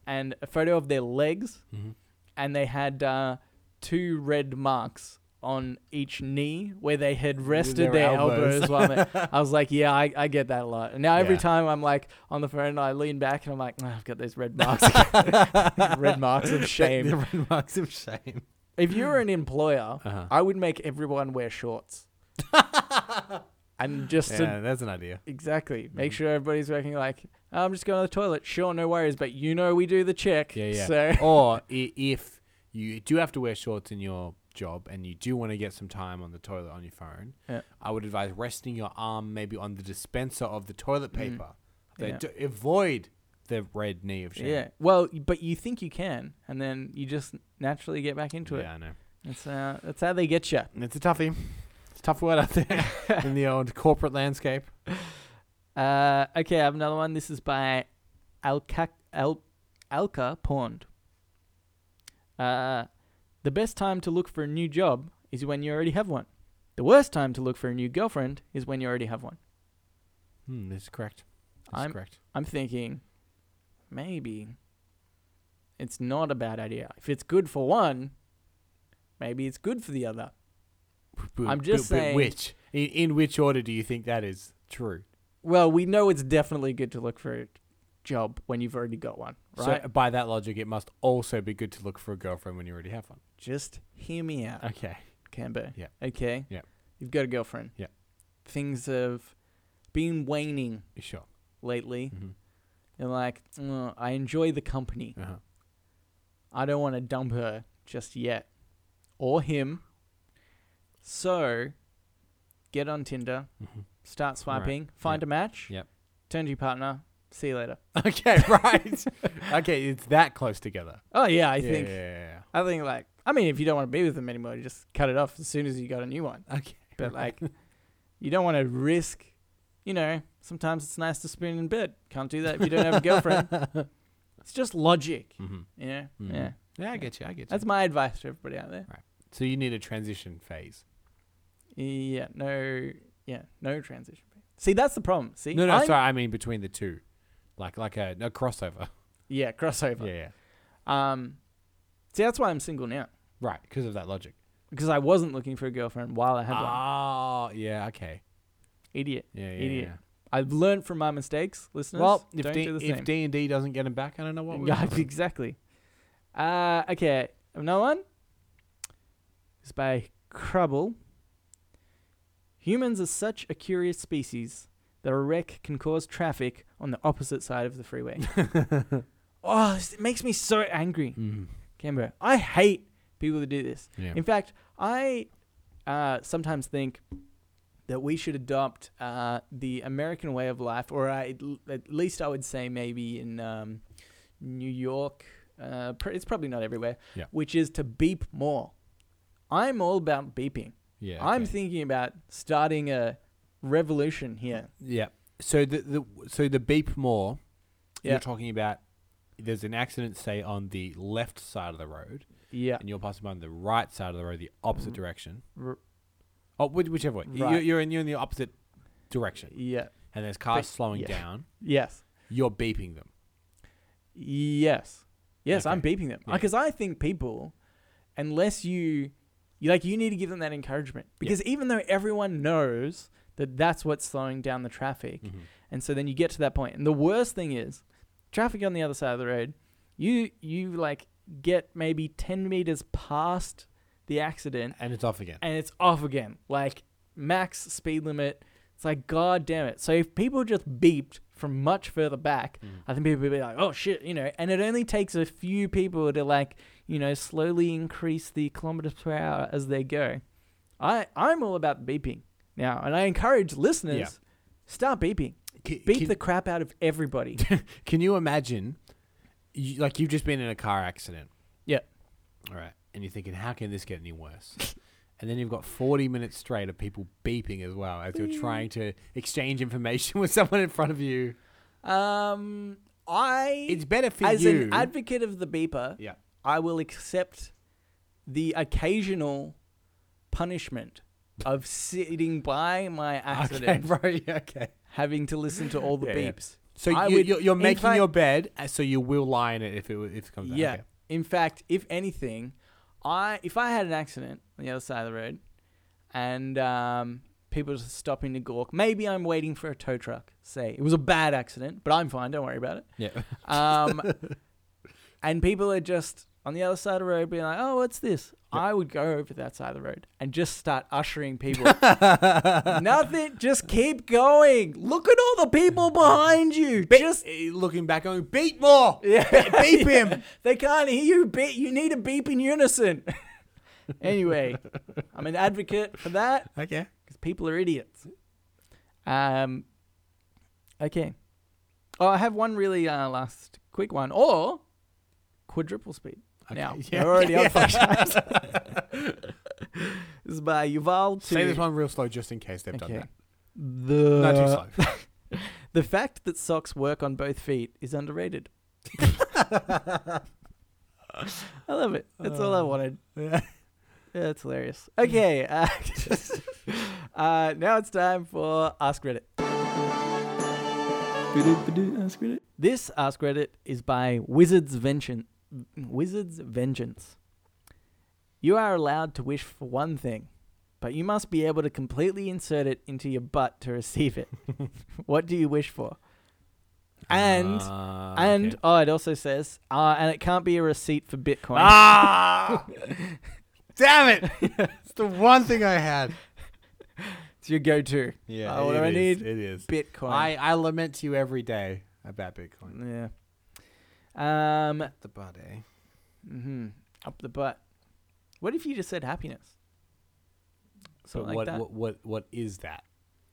and a photo of their legs,
Mm-hmm.
and they had uh, two red marks on each knee where they had rested
their
their, elbows.
elbows.
while they- I was like, yeah, I, I get that a lot. And now every
Yeah.
time I'm like on the phone, I lean back and I'm like, "Ah, I've got those red marks, red marks of shame.
The red marks of shame.
If you were an employer,
Uh-huh.
I would make everyone wear shorts. and just
Yeah,
to,
that's an idea.
exactly make
Mm-hmm.
sure everybody's working like, "Oh, I'm just going to the toilet. Sure, no worries, but you know we do the check.
Yeah, Oh, yeah.
So
or i- if you do have to wear shorts in your job and you do want to get some time on the toilet on your phone,
Yeah.
I would advise resting your arm maybe on the dispenser of the toilet paper. They
Mm. Yeah.
do, avoid the red knee of shame.
yeah. Well, but you think you can, and then you just naturally get back into
Yeah,
it.
I know.
That's uh, that's how they get you.
It's a toughie. It's a tough word out there in the old corporate landscape.
Uh, okay, I have another one. This is by Alca Al- Alka Pond. Uh, the best time to look for a new job is when you already have one. The worst time to look for a new girlfriend is when you already have one.
Hmm, this is correct. This
I'm-
is correct.
I'm thinking, maybe it's not a bad idea. If it's good for one, maybe it's good for the other.
But-
I'm just
but- but
saying-
Which in, in which order do you think that is true?
Well, we know it's definitely good to look for a job when you've already got one, right?
So by that logic, it must also be good to look for a girlfriend when you already have one.
Just hear me out.
Okay.
Cambo.
Yeah.
Okay.
Yeah.
You've got a girlfriend.
Yeah.
Things have been waning
Sure.
lately.
Mhm.
You're like, "Mm, I enjoy the company.
Uh-huh.
I don't want to dump her just yet, or him. So, get on Tinder,
Mhm.
start swiping, find
Yep.
a match.
Yep.
Turn to your partner. See you later.
Okay, right. okay, it's that close together.
Oh yeah, I
Yeah,
think.
yeah, yeah,
I think like. I mean, if you don't want to be with them anymore, you just cut it off as soon as you got a new one.
yeah. Okay.
But like, you don't want to risk. You know, sometimes it's nice to spoon in bed. Can't do that if you don't have a girlfriend. It's just logic.
Mm-hmm.
You know.
Mhm.
Yeah.
Yeah, I get you. I get you.
That's my advice to everybody out there.
so you need a transition phase.
Yeah. No. Yeah. No transition. period. See, that's the problem. See.
No, no,
I'm-
sorry. I mean between the two, like like a, a crossover.
Yeah.
Yeah,
Crossover.
yeah.
Um. See, that's why I'm single now
Right, because of that logic.
because I wasn't looking for a girlfriend while I had one.
Oh, yeah. Okay.
Idiot.
Yeah, yeah.
Idiot.
yeah.
I've learned from my mistakes, listeners.
Well, if
don't
D,
do the
if
same.
D and D doesn't get him back, I don't know what. we
Yeah, exactly. Uh, okay, another one. It's by Crubble. Humans are such a curious species that a wreck can cause traffic on the opposite side of the freeway. oh, this, it makes me so angry,
Mm.
Canberra. I hate people that do this.
Yeah.
In fact, I uh, sometimes think that we should adopt uh, the American way of life, or I, at least I would say maybe in um, New York. Uh, pr- it's probably not everywhere.
Yeah.
Which is to beep more. I'm all about beeping.
Yeah.
I'm
okay.
thinking about starting a revolution here.
yeah. So the, the so the beep more.
Yeah.
You're talking about there's an accident, say on the left side of the road,
Yeah. Mm-hmm.
and you're passing by on the right side of the road, the opposite direction.
R-
Oh, which, whichever way. You're,
Right.
you're in you're in the opposite direction,
yeah.
and there's cars
But-
slowing
yeah.
down.
Yes.
You're beeping them.
Yes. Yes, I'm
Okay.
beeping them.
Yeah.
Because I think people, unless you, you like, you need to give them that encouragement. Because even though everyone knows that that's what's slowing down the traffic,
Mm.
and so then you get to that point. And the worst thing is, traffic on the other side of the road. You you like get maybe ten meters past the accident,
And it's off again.
and it's off again. Like max speed limit. It's like god damn it. So if people just beeped from much further back,
Mm.
I think people would be like, "Oh shit," you know. And it only takes a few people to like, you know, slowly increase the kilometers per hour as they go. I I'm all about beeping now, and I encourage listeners
Yeah.
start beeping.
Can,
Beep
can-
the crap out of everybody.
can you imagine? You, like you've just been in a car accident.
yeah.
All right. And you're thinking, how can this get any worse? and then you've got 40 minutes straight of people beeping as well as
Mm.
you're trying to exchange information with someone in front of you.
Um, I
It's better for
as
you.
an advocate of the beeper.
yeah.
I will accept the occasional punishment of sitting by my
Okay,
accident,
bro. yeah, okay.
having to listen to all the
Yeah, yeah.
beeps.
So
I
you,
would-
you're, you're
in
making
fact-
your bed, uh, so you will lie in it if it, w- if it comes out.
Yeah.
Okay.
In fact, if anything, I if I had an accident on the other side of the road, and um, people just stopping to gawk, maybe I'm waiting for a tow truck. Say it was a bad accident, but I'm fine. Don't worry about it.
Yeah.
Um, and people are just on the other side of the road being like, oh, what's this? I would go over that side of the road and just start ushering people. Nothing, just keep going. Look at all the people behind you. just
Eh, Looking back, going, beat more. Yeah. Beep him.
they can't hear you beep. You need a beep in unison. anyway, I'm an advocate for that
Okay.
because people are idiots. Um, okay. Oh, I have one really uh, last quick one, or quadruple speed. Now
Yeah.
we're already on five times. this is by Yuval.
Say
to-
this one real slow just in case they've done
Okay.
that.
The
Not too
Uh,
slow.
the fact that socks work on both feet is underrated. I love it. That's all I wanted.
yeah.
Uh, Yeah, that's hilarious. Okay. Uh, uh, now it's time for Ask Reddit. Ask Reddit. This Ask Reddit is by Wizards Vengeance. Wizards Vengeance. You are allowed to wish for one thing, but you must be able to completely insert it into your butt to receive it. what do you wish for? And
Ah,
and
okay.
oh, it also says, uh, and it can't be a receipt for Bitcoin.
Ah! Damn it! It's the one thing I had.
It's your go-to.
Yeah,
Uh, what do I need?
It is.
Bitcoin.
I, I lament to you every day about Bitcoin.
yeah. Um.
The butt, eh?
mhm, Up the butt. What if you just said happiness?
So
Something like
what,
that.
what what what is that?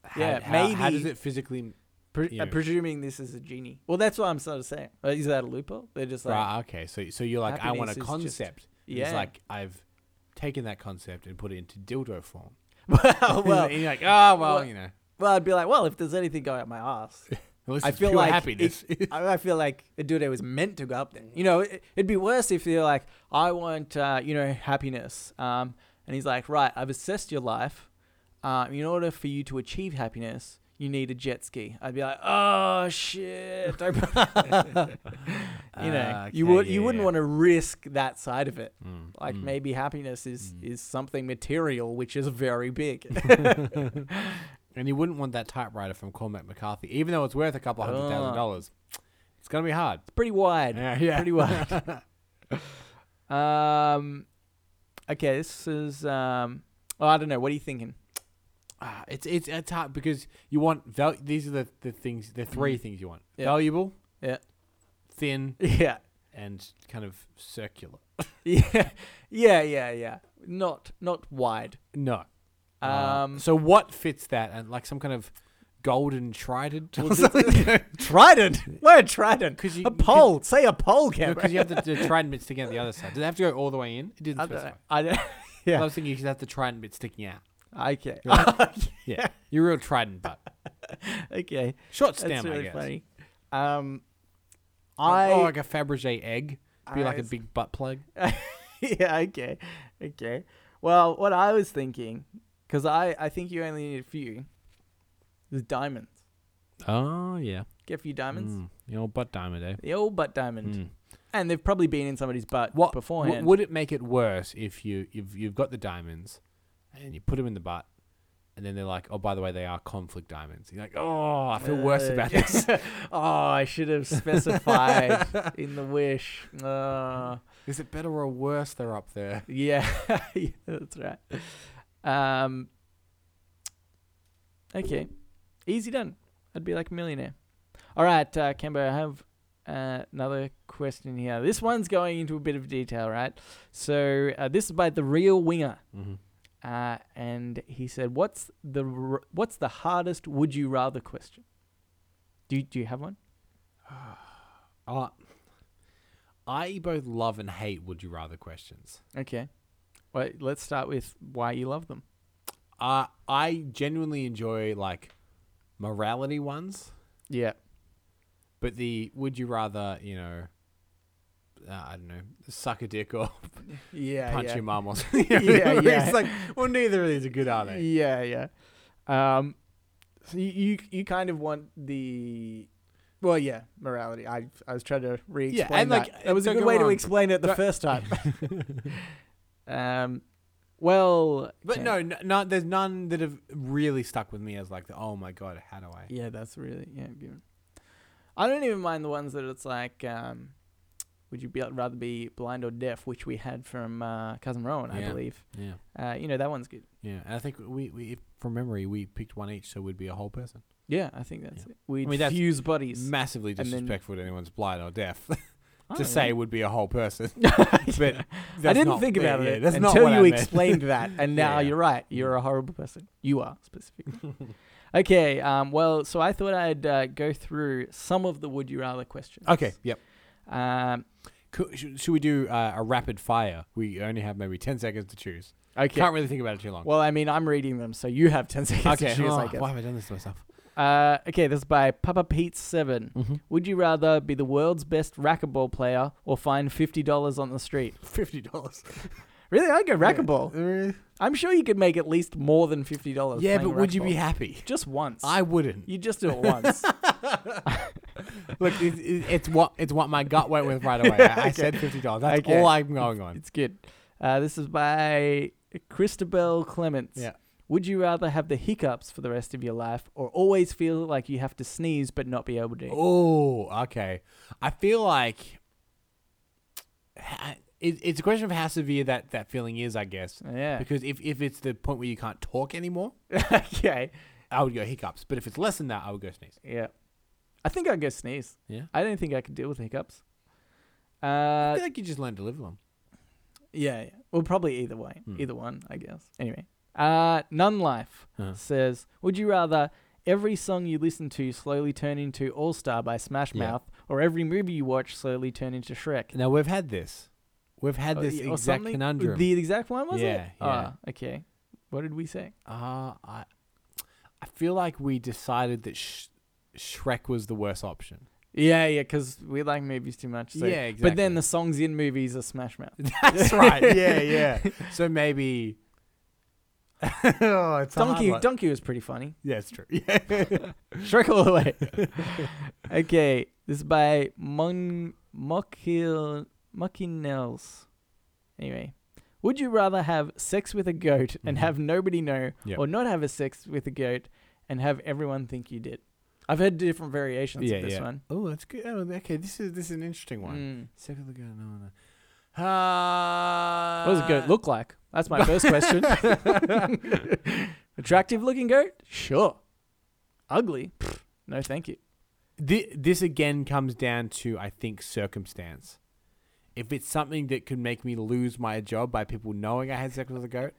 How,
Yeah,
how, How does
maybe-
it physically?
Pre-
you
uh,
know.
presuming this is a genie. Well, that's what I'm sort of saying. Uh, Is that a loophole? They're just like,
Right, okay, so so you're like I want
Happiness
a
is just-
concept. And
yeah.
It's like I've taken that concept and put it into dildo form.
well, well,
and you're like, oh well,
well,
you know.
well, I'd be like, well, if there's anything going up my ass,
Well, this
I
is
feel
pure
like
happiness.
it- I I feel like the dude was meant to go up there. You know, it, it'd be worse if you're like, I want, uh, you know, happiness. Um, and he's like, right, I've assessed your life. Um, in order for you to achieve happiness, you need a jet ski. I'd be like, oh shit, don't you know,
Ah,
you
okay,
would
yeah,
you wouldn't
yeah.
want to risk that side of it.
Mm,
Like
mm.
maybe happiness is is something material which is very big.
And you wouldn't want that typewriter from Cormac McCarthy, even though it's worth a couple hundred thousand
Oh.
dollars. It's gonna be hard.
Pretty wide.
Yeah, yeah.
Pretty wide. um, okay, this is um. Oh, I don't know. What are you thinking?
Ah, it's it's it's hard because you want val- these are the, the things the three things you want
Mm. Yeah.
valuable
Yeah.
thin
Yeah.
and kind of circular.
yeah, yeah, yeah, yeah. Not not wide.
No. Uh,
Um,
so what fits that? And like some kind of golden trident or
Well,
something?
trident. Where trident?
'Cause you-
a pole. Say a pole, Cameron.
Because you have the, the trident bit sticking out the other side. Does it have to go all the way in? It didn't
I
specify.
don't. I don't
I
yeah.
was thinking you should have the trident bit sticking out.
Okay.
Yeah. You're a real trident butt.
okay.
Short
That's
stem, I
really
guess.
funny. Um,
I,
I.
oh, like a Fabergé egg. Be like
I-
a big butt plug.
yeah, okay. Okay. Well, what I was thinking, because I, I think you only need a few, is diamonds.
Oh, yeah.
Get a few diamonds.
Mm, the old butt diamond, eh?
The old butt diamond.
Mm.
And they've probably been in somebody's butt
What,
beforehand.
w- would it make it worse if you, you've, you've got the diamonds and you put them in the butt and then they're like, oh, by the way, they are conflict diamonds. You're like, oh, I feel worse
Uh,
about
yeah.
this.
oh, I should have specified in the wish. Uh,
Is it better or worse they're up there?
yeah, Yeah, that's right. Um, okay, easy done. I'd be like a millionaire. All right, uh, Cambo, I have uh, another question here. This one's going into a bit of detail, right? So uh, this is by the real winger.
Mm-hmm.
Uh, and he said, "What's the r- what's the hardest would you rather question? Do you, do you have one?
Uh, I both love and hate would you rather questions.
Okay. Well, let's start with why you love them.
Uh, I genuinely enjoy like morality ones,
Yeah.
but the would you rather, you know, uh, I don't know, suck a dick or
Yeah.
punch
yeah.
your mum or something.
Yeah, yeah.
It's like, well, neither of these are good, are they?
Yeah, yeah. Um, so you, you you kind of want the, well, yeah, morality. I I was trying to re-explain
and, like,
that. That was a
don't
good
get
way
me
to
wrong.
explain it the
Don't-
first time. um, well,
But
yeah.
no, no, no, there's none that have really stuck with me as like, the, oh my god, how do I?
Yeah, that's really yeah. Good. I don't even mind the ones that it's like, um, would you be, rather be blind or deaf, which we had from uh, cousin Rowan, I
Yeah.
believe.
Yeah,
Uh, you know that one's good.
yeah. And I think we, we, if- from memory, we picked one each, so we'd be a whole person.
Yeah, I think that's it. We
I mean, that's
fuse bodies.
Massively
then-
disrespectful to anyone's blind or deaf.
I
to
don't
say
know.
would be a whole person.
Yeah.
But
I
that's
didn't
not-
think about
yeah,
it
that's not
until
what I
you
meant.
explained that, and now
Yeah.
you're right. You're a horrible person. You are specifically. okay. Um, well, so I thought I'd uh, go through some of the would you rather questions.
Okay. Yep.
Um,
Could, should, should we do uh, a rapid fire? We only have maybe ten seconds to choose.
okay.
Can't really think about it too long.
well, I mean, I'm reading them, so you have ten seconds
okay.
to choose.
oh,
I guess.
why have I done this to myself?
Uh, okay, this is by Papa Pete Seven.
Mm-hmm.
Would you rather be the world's best racquetball player or find fifty dollars on the street?
Fifty dollars.
Really, I'd go racquetball. I'm sure you could make at least more than fifty dollars.
Yeah, but would you be
happy?
happy?
just once?
I wouldn't.
you just do it once.
Look, it's, it's it's what it's what my gut went with right away. I, I said fifty dollars. That's
Okay.
all I'm going on.
it's good. Uh, this is by Christabel Clements.
Yeah.
Would you rather have the hiccups for the rest of your life or always feel like you have to sneeze but not be able to?
Oh, okay. I feel like ha- it, it's a question of how severe that, that feeling is, I guess.
Yeah.
Because if, if it's the point where you can't talk anymore,
okay.
I would go hiccups. But if it's less than that, I would go sneeze.
Yeah. I think I'd go sneeze.
Yeah.
I don't think I could deal with hiccups.
I
Uh,
feel like you just learn to live with them.
yeah, yeah. Well, probably either way.
Hmm.
Either one, I guess. Anyway. Uh, Nun Life
Huh.
says Would you rather every song you listen to slowly turn into All Star by Smash
Yeah.
Mouth or every movie you watch slowly turn into Shrek?
Now, we've had this. We've had
Or-
this
or
exact
Oh, something?
conundrum.
The exact one, was it?
Yeah, yeah.
Ah, okay. What did we say?
uh, I, I feel like we decided that sh- Shrek was the worst option.
Yeah, yeah, because we like movies too much. So.
Yeah,
But then
exactly.
the songs in movies are Smash Mouth.
That's right. Yeah, yeah. So maybe. oh, it's a hard
Donkey,
one.
Donkey was pretty funny.
Yeah, it's true. Yeah.
Shrek all the way. okay, this is by Mon Mokil Mokinels. Anyway, would you rather have sex with a goat and
Mhm.
have nobody know,
Yep.
or not have a sex with a goat and have everyone think you did? I've heard different variations
Yeah,
of this
yeah.
one.
oh, that's good. Oh, okay. This is this is an interesting one.
Mm.
Sex with a goat. No, Uh, no. Uh,
What does a goat look like? That's my first question. Attractive looking goat? Sure. Ugly? Pfft, no, thank you.
Thi- this again comes down to I think circumstance. If it's something that could make me lose my job by people knowing I had sex with a goat,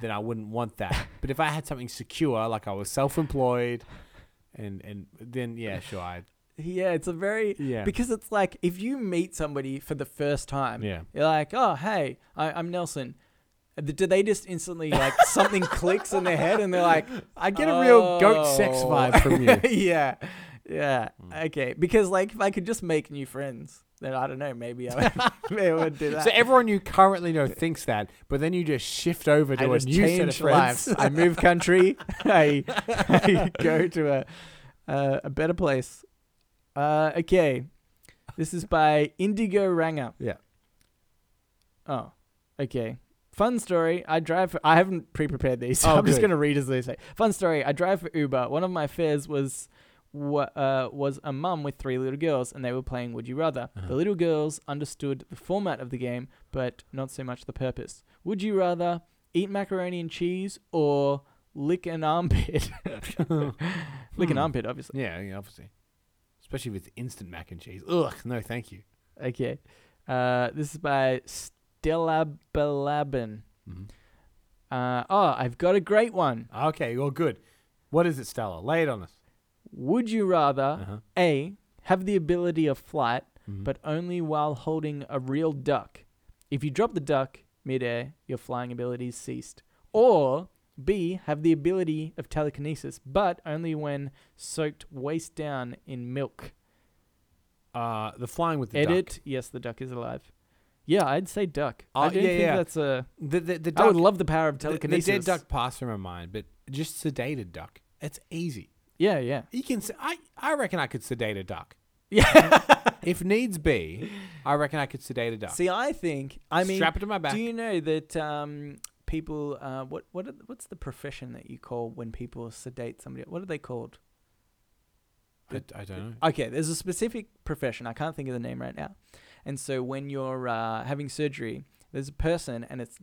then I wouldn't want that. But if I had something secure, like I was self-employed, and and then yeah, sure, I
Yeah, it's a very
Yeah.
because it's like if you meet somebody for the first time,
Yeah.
you're like, oh hey, I, I'm Nelson. Th- Do they just instantly like something clicks in their head and they're like,
I get a real goat sex
"Oh." Hmm.
vibe from you.
yeah, yeah, okay. Because like if I could just make new friends, then I don't know, maybe I would, maybe I would do that.
So everyone you currently know thinks that, but then you just shift over to
I
a
just
new set of
change
friends.
lives. I move country. I, I go to a uh, a better place. Uh, okay, this is by Indigo Ranger.
Yeah.
Oh, okay. Fun story. I drive. I haven't pre-prepared these. So
Oh,
I'm just
good.
gonna read as they say. Fun story. I drive for Uber. One of my fares was. wa uh, was a mum with three little girls, and they were playing Would You Rather.
Uh-huh.
The little girls understood the format of the game, but not so much the purpose. Would you rather eat macaroni and cheese or lick an armpit? lick an
Hmm.
armpit, obviously.
Yeah, yeah, obviously. Especially with instant mac and cheese. Ugh, no, thank you.
Okay. Uh, this is by Stella Balabin.
Mm-hmm.
Uh, oh, I've got a great one.
Okay, well, good. What is it, Stella? Lay it on us.
Would you rather
Uh-huh. Mm-hmm.
A have the ability of flight,
Hmm.
but only while holding a real duck? If you drop the duck midair, your flying abilities ceased. Or B have the ability of telekinesis, but only when soaked waist down in milk.
Uh, the flying with the
Edit.
duck.
Yes, the duck is alive. Yeah, I'd say duck. I
Oh,
don't
yeah,
think
yeah.
that's a.
The, the, the
I
duck.
would love the power of
the,
telekinesis.
dead duck passed from my mind, but just sedated duck. It's easy.
Yeah, yeah,
You can. se- I I reckon I could sedate a duck
yeah.
if needs be. I reckon I could sedate a duck.
See, I think I mean,
strap it to my back.
do you know that um, people? Uh, what what are, what's the profession that you call when people sedate somebody? What are they called?
I, I don't know.
Okay, there's a specific profession. I can't think of the name right now. And so when you're uh, having surgery, there's a person, and it's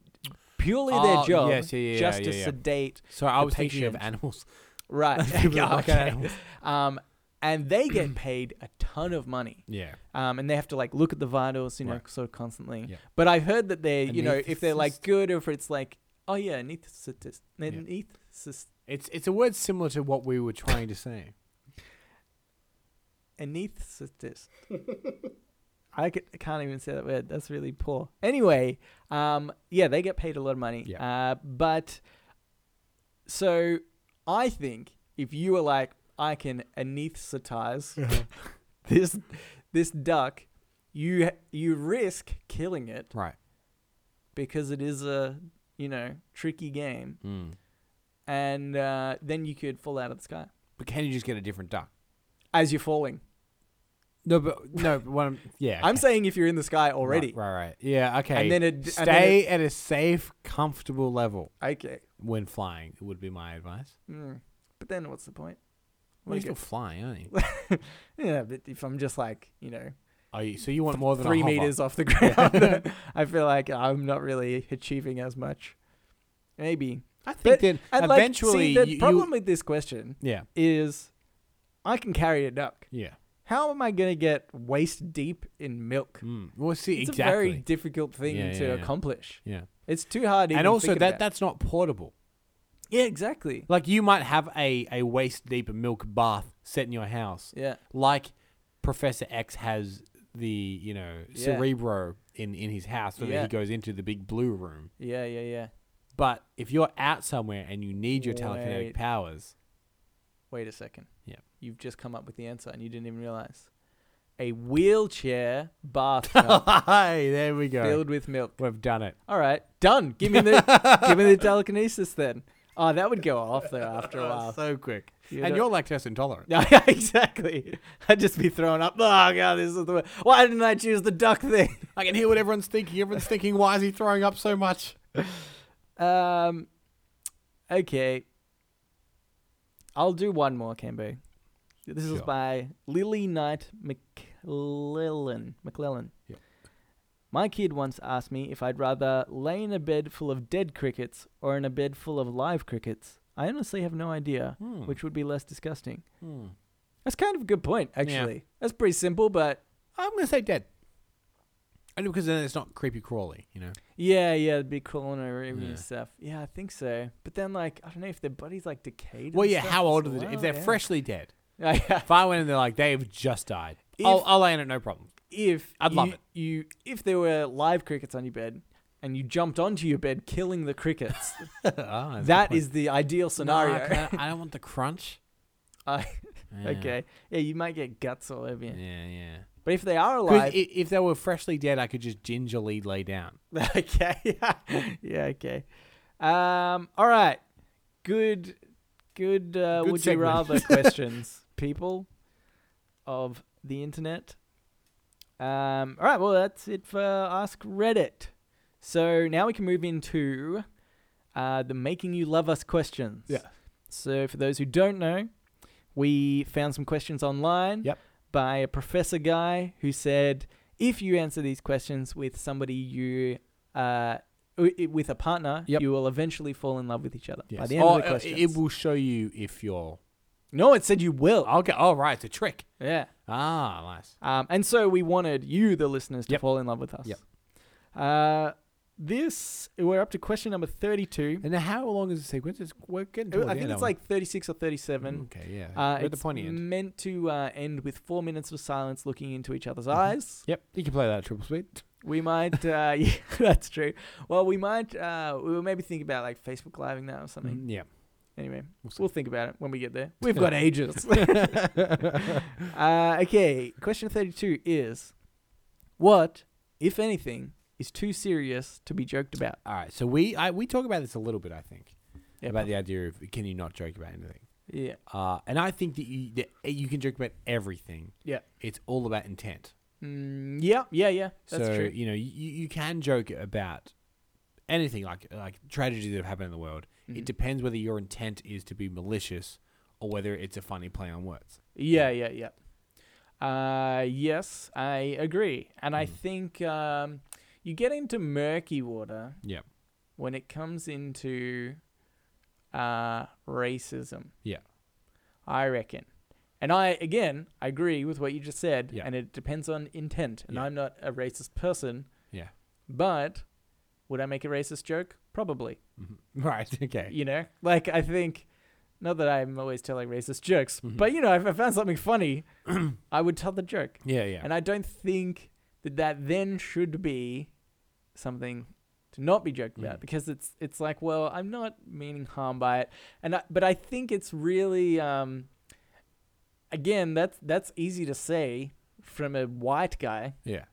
purely
Oh,
their job
yes, yeah, yeah,
just
yeah,
to
yeah.
sedate.
So I
the
was thinking of
patient.
animals.
Right.
People that like
okay.
animals.
Um, and they get paid a ton of money.
Yeah.
um, and they have to like look at the vitals, you know,
Right.
sort of constantly.
Yeah.
But I've heard that they, you know, if they're
Anesthetist.
like good or if it's like, oh yeah, anesthetist, anesthetist,
It's it's a word similar to what we were trying to say.
anesthetist. I ca- can't even say that word. That's really poor. Anyway, um, yeah, they get paid a lot of money.
Yeah.
Uh, but so I think if you were like, I can
Uh-huh.
anesthetize this this duck, you you risk killing it.
Right.
because it is a you know tricky game,
Hmm.
and uh, then you could fall out of the sky
But can you just get a different duck?
as you're falling.
No, but no. But what I'm yeah.
I'm saying if you're in the sky already,
Right, right. right. Yeah. Okay.
And then it- and then
stay at a safe, comfortable level
okay.
when flying. Would be my advice.
Mm. But then what's the point?
Well, you're
Like
still
it-
flying, aren't you?
yeah, but if I'm just like you know
Are you? So you want more than a
three
hover.
meters off the ground, I feel like I'm not really achieving as much. Maybe.
I think then
And like, see,
eventually
the
you,
problem with this question
you. Yeah.
is, I can carry a duck.
Yeah.
How am I gonna get waist deep in milk?
Mm. Well, see
It's
exactly.
a very difficult thing
Yeah,
to
yeah, yeah.
accomplish.
yeah.
It's too hard. To
And
even
also
think
that
about.
that's not portable.
yeah, exactly.
Like you might have a a waist deep milk bath set in your house.
Yeah,
like Professor X has the you know
Yeah.
Cerebro in in his house when
Yeah.
he goes into the big blue room.
yeah, yeah, yeah.
But if you're out somewhere and you need your telekinetic
Wait.
powers,
Wait a second.
Yeah.
you've just come up with the answer and you didn't even realize. A wheelchair
Oh,
bathtub
hey, there we go.
filled with milk.
We've done it.
All right, done. Give me the give me the telekinesis then. Oh, that would go off though after a while.
So quick,
You
and
don't-
you're lactose intolerant.
No, yeah, exactly. I'd just be thrown up. Oh god, this is the wor- why didn't I choose the duck thing?
I can hear what everyone's thinking. Everyone's thinking, why is he throwing up so much?
Um, okay. I'll do one more, Cambo. This is
Sure.
by Lily Knight McClellan. McClellan.
Yep.
My kid once asked me if I'd rather lay in a bed full of dead crickets or in a bed full of live crickets. I honestly have no idea
Hmm.
which would be less disgusting.
Hmm.
That's kind of a good point, actually. That's pretty simple, but
I'm gonna say dead. Only because then it's not creepy crawly, you know.
Yeah, yeah, it'd be crawling over every
Yeah.
stuff. Yeah, I think so. But then, like, I don't know if their body's like decayed.
Well,
and
yeah.
stuff
How
as
old are they?
well,
If they're
yeah.
freshly dead,
Yeah.
if I went in there like they've just died, I'll,
If-
I'll lay in it no problem.
if
I'd love
you,
it.
you if there were live crickets on your bed and you jumped onto your bed killing the crickets,
Ah,
that is the ideal
No, I,
scenario.
can't- I don't want the crunch.
I-
Yeah.
okay, yeah, you might get guts all over you.
Yeah, yeah.
But if they are
'Cause
alive,
i- if they were freshly dead, I could just gingerly lay down.
okay, yeah, yeah, okay. Um, all right, good, good. Uh,
Good
would
segment.
you rather questions, people of the internet? Um, all right, well that's it for Ask Reddit. So now we can move into uh, the making you love us questions.
Yeah.
So for those who don't know, we found some questions online
Yep.
by a professor guy who said if you answer these questions with somebody you uh, w- i- with a partner,
Yep.
you will eventually fall in love with each other by
Yes.
the end
Or,
of the
uh,
questions.
It will show you if you're.
no, it said you will.
Okay. Oh, right. It's a trick.
Yeah.
Ah, nice.
Um, and so we wanted you, the listeners, to
Yep.
fall in love with us.
Yep.
Uh, this we're up to question number thirty-two.
And how long is the sequence? It's, we're getting.
I think it's like thirty-six or thirty-seven.
Okay, yeah.
Uh,
we're at the
it's
pointy end.
meant to uh, end with four minutes of silence looking into each other's
Mm-hmm.
eyes.
Yep, you can play that at triple speed.
We might, uh, yeah, that's true. Well, we might, uh, we'll maybe think about like Facebook Living that or something.
Mm, yeah.
Anyway,
We'll see.
we'll think about it when we get there. We've got ages. uh, okay, question 32 is What, if anything, is too serious to be joked about?
All right. So we I, we talk about this a little bit, I think,
Yeah,
about the idea of can you not joke about anything?
Yeah.
Uh, and I think that you that you can joke about everything.
Yeah.
It's all about intent.
Mm, yeah, yeah, yeah. That's
so
true.
you know you, you can joke about anything like like tragedies that have happened in the world. It
Mhm.
depends whether your intent is to be malicious or whether it's a funny play on words.
Yeah, yeah, yeah. Uh, yes, I agree. And I
Mm.
think um, you get into murky water
Yep.
when it comes into uh, racism.
Yeah.
I reckon. And I, again, I agree with what you just said,
Yeah.
and it depends on intent. And
Yeah.
I'm not a racist person,
Yeah.
but would I make a racist joke? Probably.
Mhm. Right. Okay.
You know, like I think, not that I'm always telling racist jokes,
Mhm.
but you know, if I found something funny, I would tell the joke.
Yeah. Yeah.
And I don't think that that then should be something to not be joked about
Mhm.
because it's it's like, well, I'm not meaning harm by it, and I, but I think it's really, um, again, that's that's easy to say from a white guy
yeah.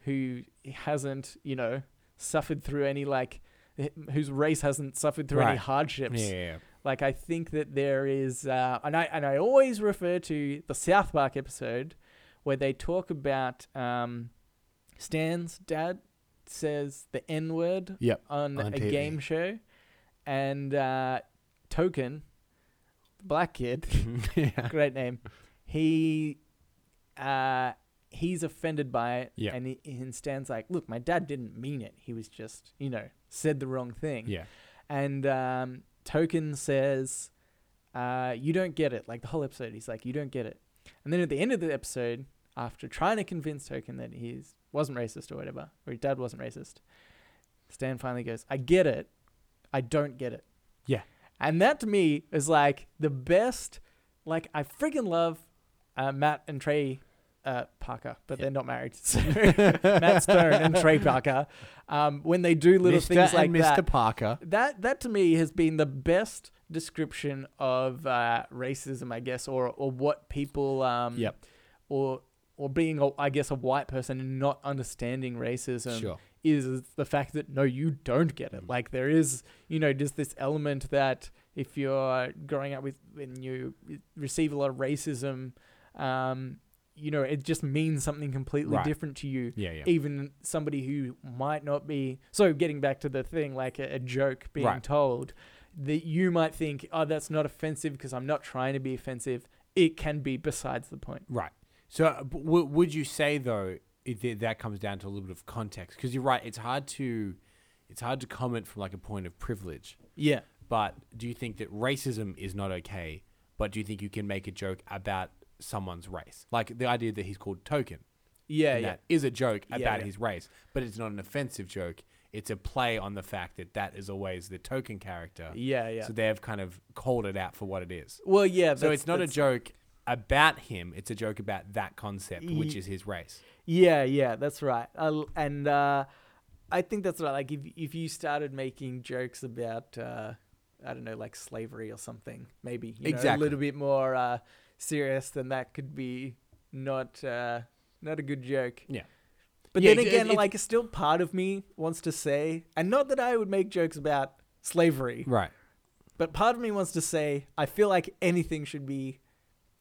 who hasn't, you know, suffered through any like h- whose race hasn't suffered through any
Right. Yeah.
hardships.
Yeah. yeah.
Like I think that there is, uh, and I and I always refer to the South Park episode where they talk about um, Stan's dad says the N word
Yep,
on,
on
a
TV.
game show, and uh, Token, the black kid,
yeah.
great name, he uh, he's offended by it,
Yeah.
and, he, and Stan's like, look, my dad didn't mean it. He was just, you know, said the wrong thing
Yeah.
and um, Token says, uh, "You don't get it." Like the whole episode, he's like, "You don't get it." And then at the end of the episode, after trying to convince Token that he wasn't racist or whatever, or his dad wasn't racist, Stan finally goes, "I get it. I don't get it."
Yeah.
And that to me is like the best. Like I freaking love uh, Matt and Trey uh, Parker, but they're not married. So Matt Stone and Trey Parker, um, when they do little
Mr.
things like
and
that,
Mr. Parker.
that that to me has been the best description of uh, racism, I guess, or or what people um
Yep.
or or being a, I guess a white person and not understanding racism
Sure.
is the fact that no, you don't get it.
Mm.
Like there is, you know, just this element that if you're growing up with and you receive a lot of racism, um, you know, it just means something completely
Right.
different to you
Yeah. Yeah.
even somebody who might not be so getting back to the thing like a, a joke being
Right.
told that you might think oh that's not offensive because i'm not trying to be offensive it can be besides the point
Right. So, uh, b- w- would you say though it, th- that comes down to a little bit of context? Because you're right. It's hard to, it's hard to comment from like a point of privilege.
yeah
But do you think that racism is not okay? But do you think you can make a joke about someone's race, like the idea that he's called token?
Yeah,
in
yeah.
that is a joke
Yeah,
about
yeah.
his race, but it's not an offensive joke. It's a play on the fact that that is always the token character.
Yeah, yeah.
So they've kind of called it out for what it is.
Well, yeah.
So
that's-
it's not a
that's-
joke about him. It's a joke about that concept, which
Ye-
is his race.
Yeah, yeah, that's right. I l and uh, I think that's right. Like if if you started making jokes about uh, I don't know, like slavery or something, maybe you know,
Exactly.
a little bit more uh, serious, then that could be not uh, not a good joke.
Yeah.
But
Yeah,
then
it-
again,
it-
like still part of me wants to say, and not that I would make jokes about slavery,
Right.
but part of me wants to say I feel like anything should be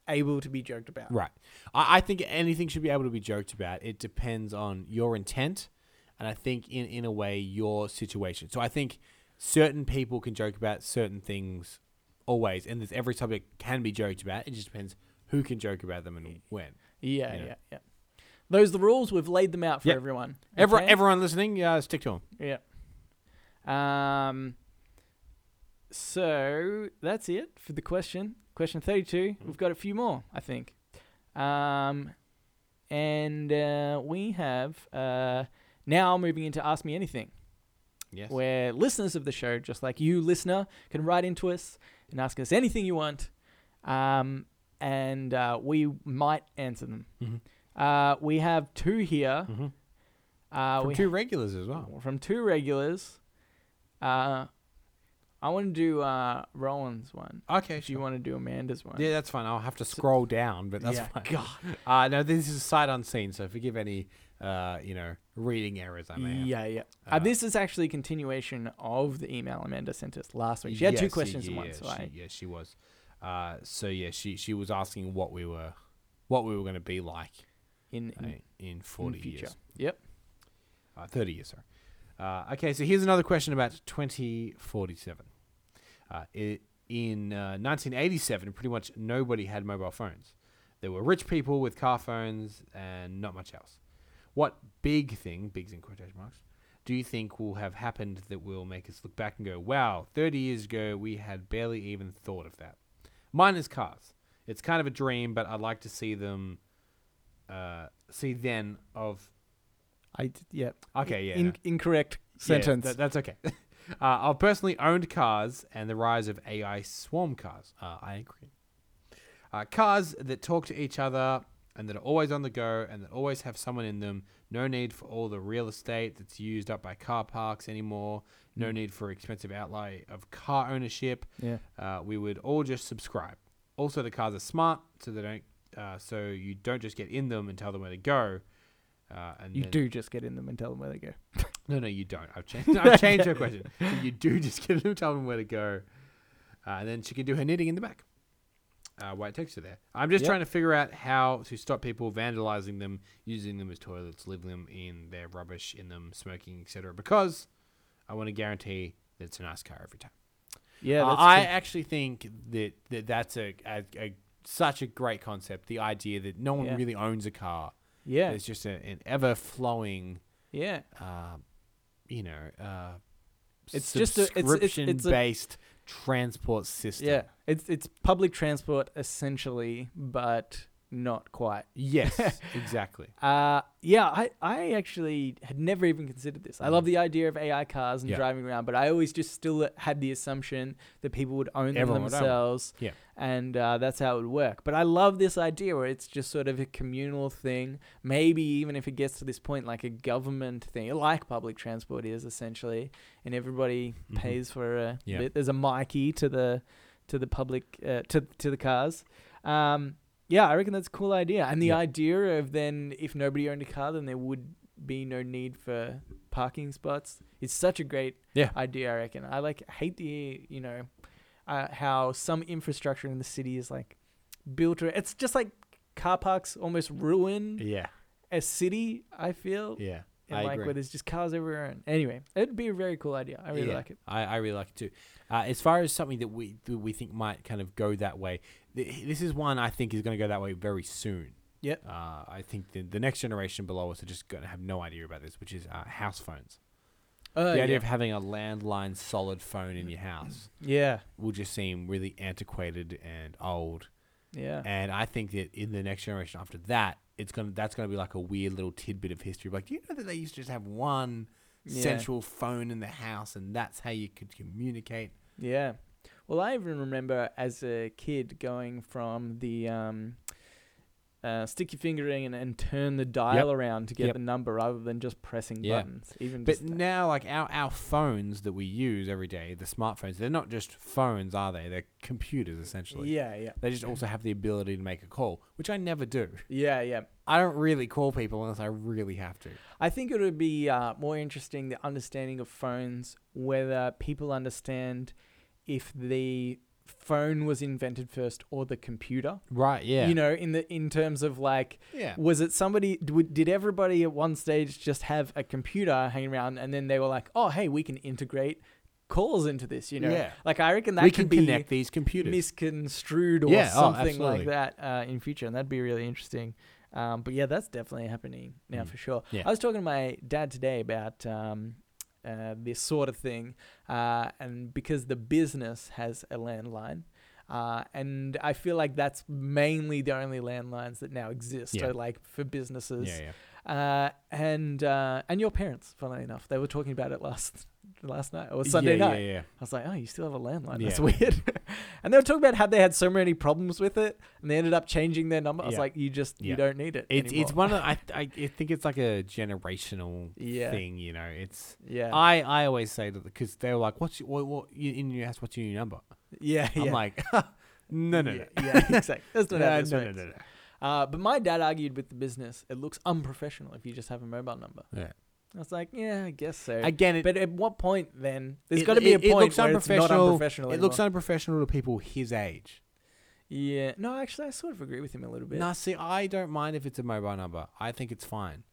able to be joked about.
Right. I, I think anything should be able to be joked about. It depends on your intent and I think in, in a way your situation. So I think certain people can joke about certain things always and there's every subject can be joked about. It just depends who can joke about them and when.
Yeah,
You know.
yeah, yeah. Those are the rules. We've laid them out for
Yeah.
everyone.
Every,
okay?
Everyone listening, uh, stick to
Yeah.
them.
Um. So that's it for the question. Question thirty-two.
Mm-hmm.
We've got a few more, I think. Um, and uh, we have uh now moving into ask me anything,
Yes.
where listeners of the show, just like you, listener, can write into us and ask us anything you want. Um, and uh, we might answer them.
Mhm.
Uh, we have two here.
hmm
Uh,
From
we
two regulars as well.
from two regulars. Uh, I want to do uh, Rowan's one.
Okay,
If you want to do Amanda's one,
Yeah, that's fine. I'll have to scroll down, but that's
Yeah,
fine. God. Uh, no, this is sight unseen, so forgive any, uh, you know, reading errors I may have.
yeah, yeah. Uh,
Uh,
this is actually a continuation of the email Amanda sent us last week. She had two
Yes,
questions
yeah,
in one,
yeah,
so
she,
I,
yeah, she was. Uh, so yeah, she she was asking what we were, what we were going to be like
in,
uh,
in,
in
in
forty
the future.
years,
Yep.
uh, thirty years, sorry. Uh, okay, so here's another question about twenty forty seven. Uh, i- in uh, 1987, pretty much nobody had mobile phones. There were rich people with car phones and not much else. What big thing, bigs in quotation marks, do you think will have happened that will make us look back and go, wow, 30 years ago, we had barely even thought of that? Mine is cars. It's kind of a dream, but I'd like to see them, uh, see then of.
I d- yeah.
Okay, yeah.
In,
no.
Incorrect
Yeah,
sentence.
tha- that's okay. uh, I've personally owned cars and the rise of AI swarm cars. Uh, I agree. Uh, cars that talk to each other and that are always on the go and that always have someone in them. No need for all the real estate that's used up by car parks anymore. No
Hmm.
need for expensive outlay of car ownership.
yeah.
Uh, we would all just subscribe. Also, the cars are smart, so they don't. Uh, so you don't just get in them and tell them where to go. Uh, and
You
then-
do just get in them and tell them where they go.
no, no, you don't. I've changed. I've changed her question. So you do just get them, tell them where to go, uh, and then she can do her knitting in the back. Uh, white texture there. I'm just
Yep.
trying to figure out how to stop people vandalizing them, using them as toilets, leaving them in their rubbish, in them smoking, etc. Because I want to guarantee that it's a nice car every time.
Yeah.
Uh,
That's
I
true.
actually think that, that that's a, a, a such a great concept. The idea that no one
Yeah.
really owns a car.
Yeah.
It's just a, an ever flowing
Yeah.
uh, you know, uh,
It's just a- it's- it's- it's a-
subscription based transport system.
Yeah. It's it's public transport essentially, but not quite.
Yes, exactly.
Uh, yeah, I, I actually had never even considered this. I love the idea of AI cars and
Mm. Yeah.
driving around, but I always just still had the assumption that people would own them
Everyone would own one.
themselves.
Yeah.
And uh, that's how it would work. But I love this idea where it's just sort of a communal thing. Maybe even if it gets to this point, like a government thing, like public transport is essentially, and everybody
Mhm.
pays for a
Yeah.
bit. There's a Mikey to the to the public uh, to to the cars. Um, yeah, I reckon that's a cool idea. And the
Yeah.
idea of then if nobody owned a car, then there would be no need for parking spots. It's such a great
Yeah.
idea, I reckon. I like hate the you know uh, how some infrastructure in the city is like built. ar- It's just like car parks almost ruin
Yeah,
a city. I feel.
yeah.
And like where there's just cars everywhere. And anyway, it'd be a very cool idea. I really
Yeah,
like it.
I, I really like it too. Uh, as far as something that we that we think might kind of go that way, th- this is one I think is going to go that way very soon.
Yep.
Uh, I think the, the next generation below us are just going to have no idea about this, which is uh, house phones.
Uh,
the
yeah.
idea of having a landline solid phone in your house
yeah.
will just seem really antiquated and old.
Yeah.
And I think that in the next generation after that, it's gonna that's gonna be like a weird little tidbit of history. Like, do you know that they used to just have one
Yeah.
central phone in the house, and that's how you could communicate?
Yeah. Well, I even remember as a kid going from the um, uh, stick your finger in and turn the dial around to get
Yep.
the number rather than just pressing
Yeah.
buttons. Even
But
just that.
now, like our our phones that we use every day, the smartphones, they're not just phones, are they? They're computers essentially.
yeah, yeah,
They just also have the ability to make a call, which I never do.
yeah, yeah.
I don't really call people unless I really have to.
I think it would be uh, more interesting the understanding of phones, whether people understand if the phone was invented first or the computer.
Right? Yeah.
You know, in the in terms of like,
Yeah.
was it somebody? Did did everybody at one stage just have a computer hanging around, and then they were like, "Oh, hey, we can integrate calls into this." You know,
Yeah.
like I reckon that
we
could
can
be
connect these computers.
misconstrued or
Yeah, oh,
something like
absolutely.
that uh, in future, and that'd be really interesting. Um, but yeah, that's definitely happening now for sure.
Mm. Yeah.
I was talking to my dad today about um, uh, this sort of thing, uh, and because the business has a landline. Uh, and I feel like that's mainly the only landlines that now exist,
Yeah.
are like for businesses.
yeah, yeah.
Uh, and uh, and your parents, funnily enough, they were talking about it last last night or Sunday
yeah,
night.
Yeah, yeah.
I was like, oh, you still have a landline. That's
Yeah.
weird. and they were talking about how they had so many problems with it, and they ended up changing their number. I was
Yeah.
like, you just you
Yeah.
don't need it.
It's
anymore.
it's one of I I I think it's like a generational
Yeah.
thing. You know, it's
yeah
I I always say that because they were like, what's your, what what you, in your house? What's your new number?
yeah yeah.
I'm like, no, no,
yeah,
no.
yeah, exactly. That's not how
no,
this
no, no,
works.
no, no.
Uh, but my dad argued with the business. It looks unprofessional if you just have a mobile number.
Yeah.
I was like, yeah, I guess so.
Again, it,
but at what point then? There's
it-
got to be a
it- it
point
looks
where it's not
unprofessional.
unprofessional.
it looks
anymore.
unprofessional to people his age.
yeah. No, actually, I sort of agree with him a little bit.
Now, see, I don't mind if it's a mobile number. I think it's fine.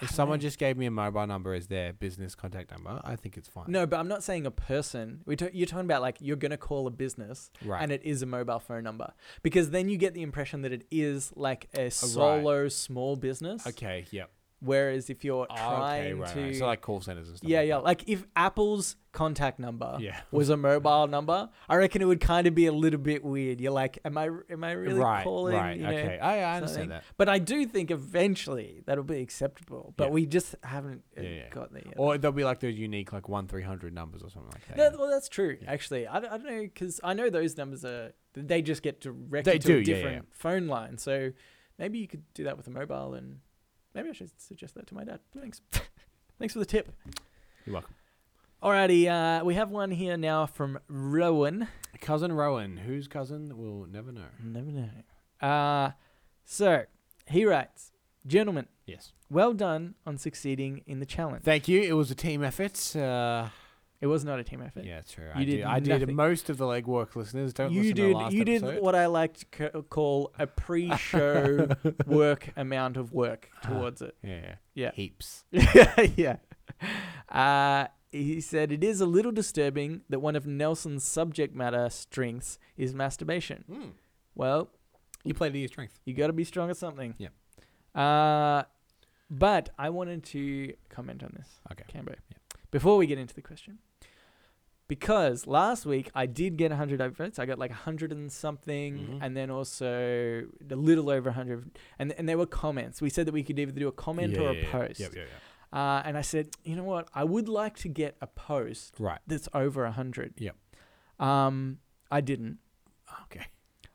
I
If
don't
someone
know.
just gave me a mobile number as their business contact number, I think it's fine.
No, but I'm not saying a person. We t- you're talking about like you're gonna call a business,
Right.
and it is a mobile phone number because then you get the impression that it is like a solo small business.
Oh, Okay. Yep.
Whereas if you're
Okay.
trying
Right,
to,
right. So like call centers and stuff.
yeah,
like
yeah,
that.
like if Apple's contact number
Yeah.
was a mobile number, I reckon it would kind of be a little bit weird. You're like, am I am I really
right.
calling?
right.
you know,
okay. I, I
something?
understand that.
But I do think eventually that'll be acceptable. But
Yeah.
we just haven't uh,
Yeah, yeah.
got there yet.
Or there'll be like those unique like one three hundred numbers or something like that.
No,
yeah.
well, that's true. Actually, I don't, I don't know because I know those numbers are they just get directed
They
to a
do, yeah, yeah,
different phone line. So maybe you could do that with a mobile, and maybe I should suggest that to my dad. Thanks, thanks for the tip.
You're welcome.
Alrighty, uh, we have one here now from Rowan.
Cousin Rowan, whose cousin we'll never know.
Never know. Uh, so he writes, gentlemen,
Yes.
well done on succeeding in the challenge.
Thank you. It was a team effort. Uh,
it was not a team effort.
yeah, true.
You
I
did
did. I did
nothing.
most of the legwork. Listeners, don't
you
listen
did
to the last
you
episode.
did what I like to ca- call a pre-show work amount of work towards it.
Yeah.
Yeah.
Heaps.
Ah. yeah. Uh, he said it is a little disturbing that one of Nelson's subject matter strengths is masturbation. Well,
You played to your strength.
you got to be strong at something.
Yep.
Uh, but I wanted to comment on this.
Okay.
Cambo.
Yeah.
Before we get into the question, because last week I did get 100 upvotes. I got like 100 and something,
Mhm.
and then also a little over 100. And, and there were comments. We said that we could either do a comment or a post.
Yep, yep, yep.
Uh, and I said, you know what? I would like to get a post
Right.
that's over 100.
Yep.
Um, I didn't.
Okay.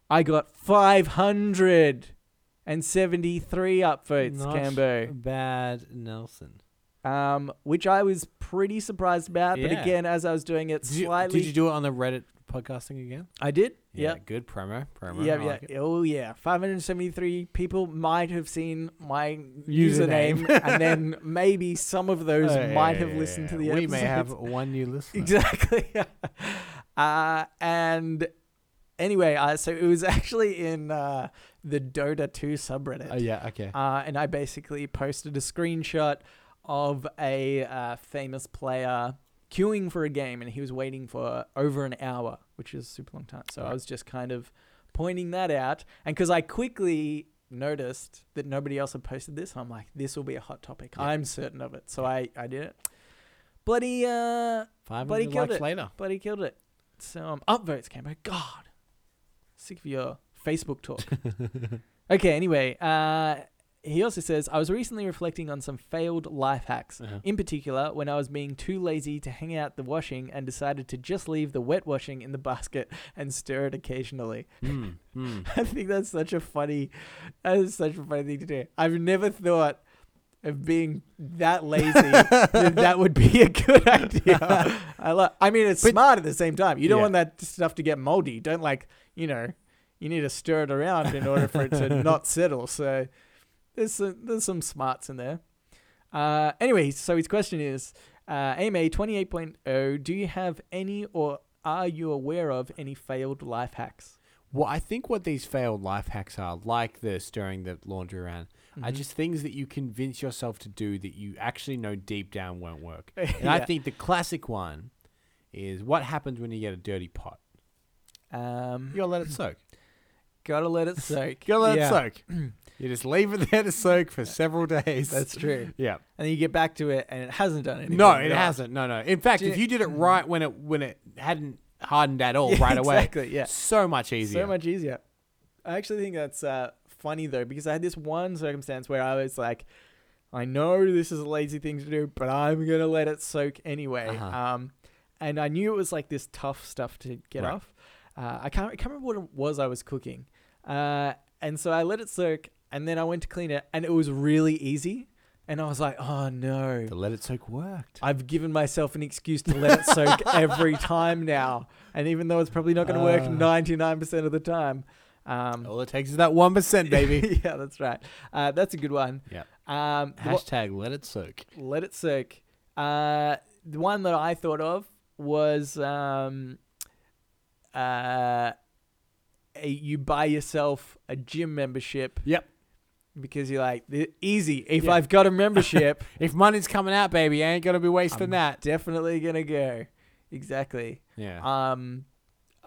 I got 573 upvotes,
Not
Cambo.
Bad Nelson.
um, which I was pretty surprised about. But
Yeah.
again, as I was doing it
Did you,
slightly,
did you do it on the Reddit podcasting again?
I did. Yeah,
Good promo. Promo.
yeah,
I
yeah.
like it.
Oh yeah, 573 people might have seen my
Username. Oh,
username, and then maybe some of those
Yeah,
might
yeah,
have
yeah,
listened to
yeah.
the
We may have
episodes.
one new listener.
exactly. uh, and anyway, uh, so it was actually in uh, the Dota 2 subreddit.
Oh, yeah. Okay.
uh, and I basically posted a screenshot of a uh, famous player queuing for a game, and he was waiting for over an hour, which is a super long time. So I
Right.
was just kind of pointing that out, and because I quickly noticed that nobody else had posted this, I'm like, this will be a hot topic.
Yeah.
I'm certain of it. So I, I did it. Bloody uh,
Five
But he
hundred
killed
likes
it.
later.
bloody killed it. So um, upvotes, Cambo. God, sick of your Facebook talk. Okay, anyway, uh, he also says I was recently reflecting on some failed life hacks.
Uh-huh.
In particular, when I was being too lazy to hang out the washing and decided to just leave the wet washing in the basket and stir it occasionally.
Mm, mm.
I think that's such a funny, that is such a funny thing to do. I've never thought of being that lazy that that would be a good idea. I love. I mean, it's
But-
smart at the same time. You don't
Yeah.
want that stuff to get moldy. Don't like you know. You need to stir it around in order for it to not settle. So there's some, there's some smarts in there. Uh, anyway, so his question is, uh, AMA 28.0, oh, do you have any or are you aware of any failed life hacks?
Well, I think what these failed life hacks are, like the stirring the laundry around, are just things that you convince yourself to do that you actually know deep down won't work. And I
Yeah.
think the classic one is what happens when you get a dirty pot?
Um,
You gotta let it soak.
gotta let it soak.
You gotta let
Yeah,
it soak. You just leave it there to soak for several days.
That's true.
yeah.
And then you get back to it and it hasn't done anything.
No, it
Yeah.
hasn't. No, no. In fact,
Do you-
if you did it right when it when it hadn't hardened at all
Yeah,
right away,
Exactly. Yeah.
so much easier.
So much easier. I actually think that's uh, funny though, because I had this one circumstance where I was like, I know this is a lazy thing to do, but I'm gonna let it soak anyway.
Uh-huh.
Um, and I knew it was like this tough stuff to get
Right.
off. Uh, I can't, I can't remember what it was I was cooking. Uh, and so I let it soak, and then I went to clean it, and it was really easy. And I was like, oh no.
The let it soak worked.
I've given myself an excuse to let it soak every time now. And even though it's probably not going to work
Ah.
99% of the time. Um,
All it takes is that one percent, baby.
yeah, that's right. Uh, that's a good one.
Yep.
Um, the one-
Hashtag let it soak.
let it soak. Uh, the one that I thought of was um, uh, a, you buy yourself a gym membership.
Yep.
Because you're like, "Th- easy. If
Yeah.
I've got a membership,
If money's coming out, baby, I ain't gonna be wasting
I'm
that.
definitely going to go. Exactly.
Yeah.
Um,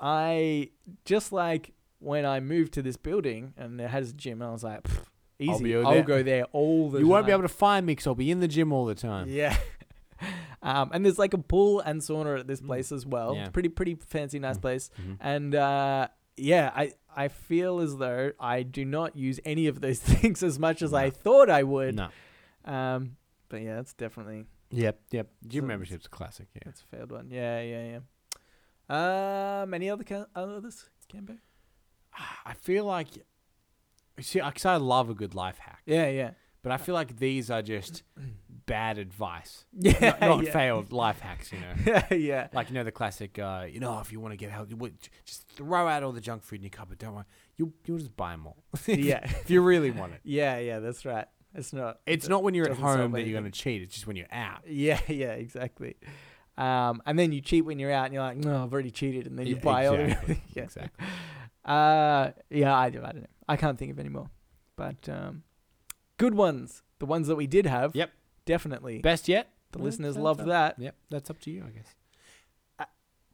I just like when I moved to this building and it has a gym, and I was like, "Pff, easy,
I'll
I'll,
be over there."
go there all the
you
time.
won't be able to find me 'cause I'll be in the gym all the time.
Yeah. um, and there's like a pool and sauna at this place as well.
Mm. Yeah.
Pretty, pretty fancy, nice place.
Mhm.
And uh, yeah, I I feel as though I do not use any of those things as much as I
No.
thought I would.
No.
Um, but yeah, that's definitely
Yep. Yep. Gym
So-
membership's a classic. Yeah.
that's a failed one. Yeah, yeah, yeah. Um, any other ca- others? Cambo?
I feel like, see, because I love a good life hack,
Yeah, yeah.
but I feel like these are just bad advice,
Yeah,
not, not
yeah.
failed life hacks. You know,
yeah.
like you know the classic, uh, you know, if you want to get healthy, what- j- just throw out all the junk food in your cupboard. Don't worry, you you'll just buy them all.
Yeah.
if you really want it.
Yeah, yeah, that's right. It's not.
It's not when you're at
Doesn't solve
home that you're
anything.
going to cheat. It's just when you're out.
Yeah, yeah, exactly. Um, and then you cheat when you're out, and you're like, no, I've already cheated, and then you
Yeah,
buy all
E, exactly,
everything. yeah.
Exactly.
Uh, yeah, I, do- I don't know. I can't think of any more. But um, good ones, the ones that we did have.
Yep.
Definitely.
Best yet.
the
Yeah,
listeners
that's
love
up.
that.
Yep, that's up to you, I guess.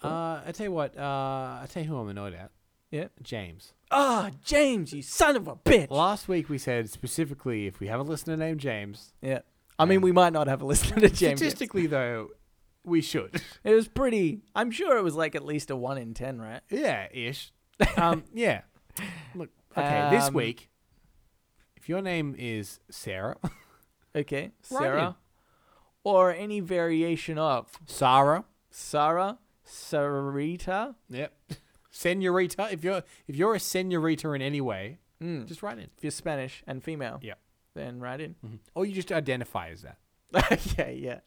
Uh,
Uh, I tell you what. Uh, I tell you who I'm annoyed at.
Yeah.
James.
Ah, James, you son of a bitch.
Last week we said specifically if we have a listener named James.
yeah. I mean,
Um,
we might not have a listener to James. yet.
statistically, though, we should.
It was pretty. I'm sure it was like at least a one in ten, right?
yeah, ish. Um, yeah. Look, okay. this
Um,
week, if your name is Sarah,
Okay,
Right.
Sarah, or any variation of
Sarah.
Sarah, Sarita.
Yep. Senorita. If you're if you're a senorita in any way,
Mm.
just write in.
If you're Spanish and female,
Yep.
then write in.
Or you just identify as that.
okay, yeah.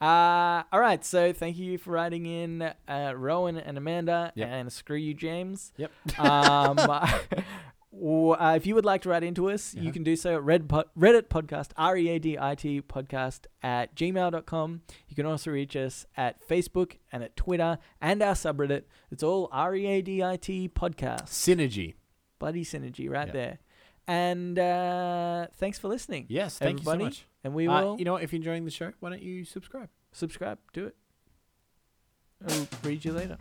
Uh, all right, so thank you for writing in, uh, Rowan and Amanda,
Yep.
and screw you, James.
Yep.
um, w- uh, if you would like to write into us,
Yeah.
you can do so at red pod- Reddit podcast, R E A D I T podcast at gmail.com. You can also reach us at Facebook and at Twitter and our subreddit. It's all R E A D I T podcast.
Synergy.
Buddy synergy right
Yeah.
there. And uh, thanks for listening.
Yes, thank
everybody.
you so much.
And we
Uh,
will
you know, what, if you're enjoying the show, why don't you subscribe?
subscribe. Do it. I'll read you later.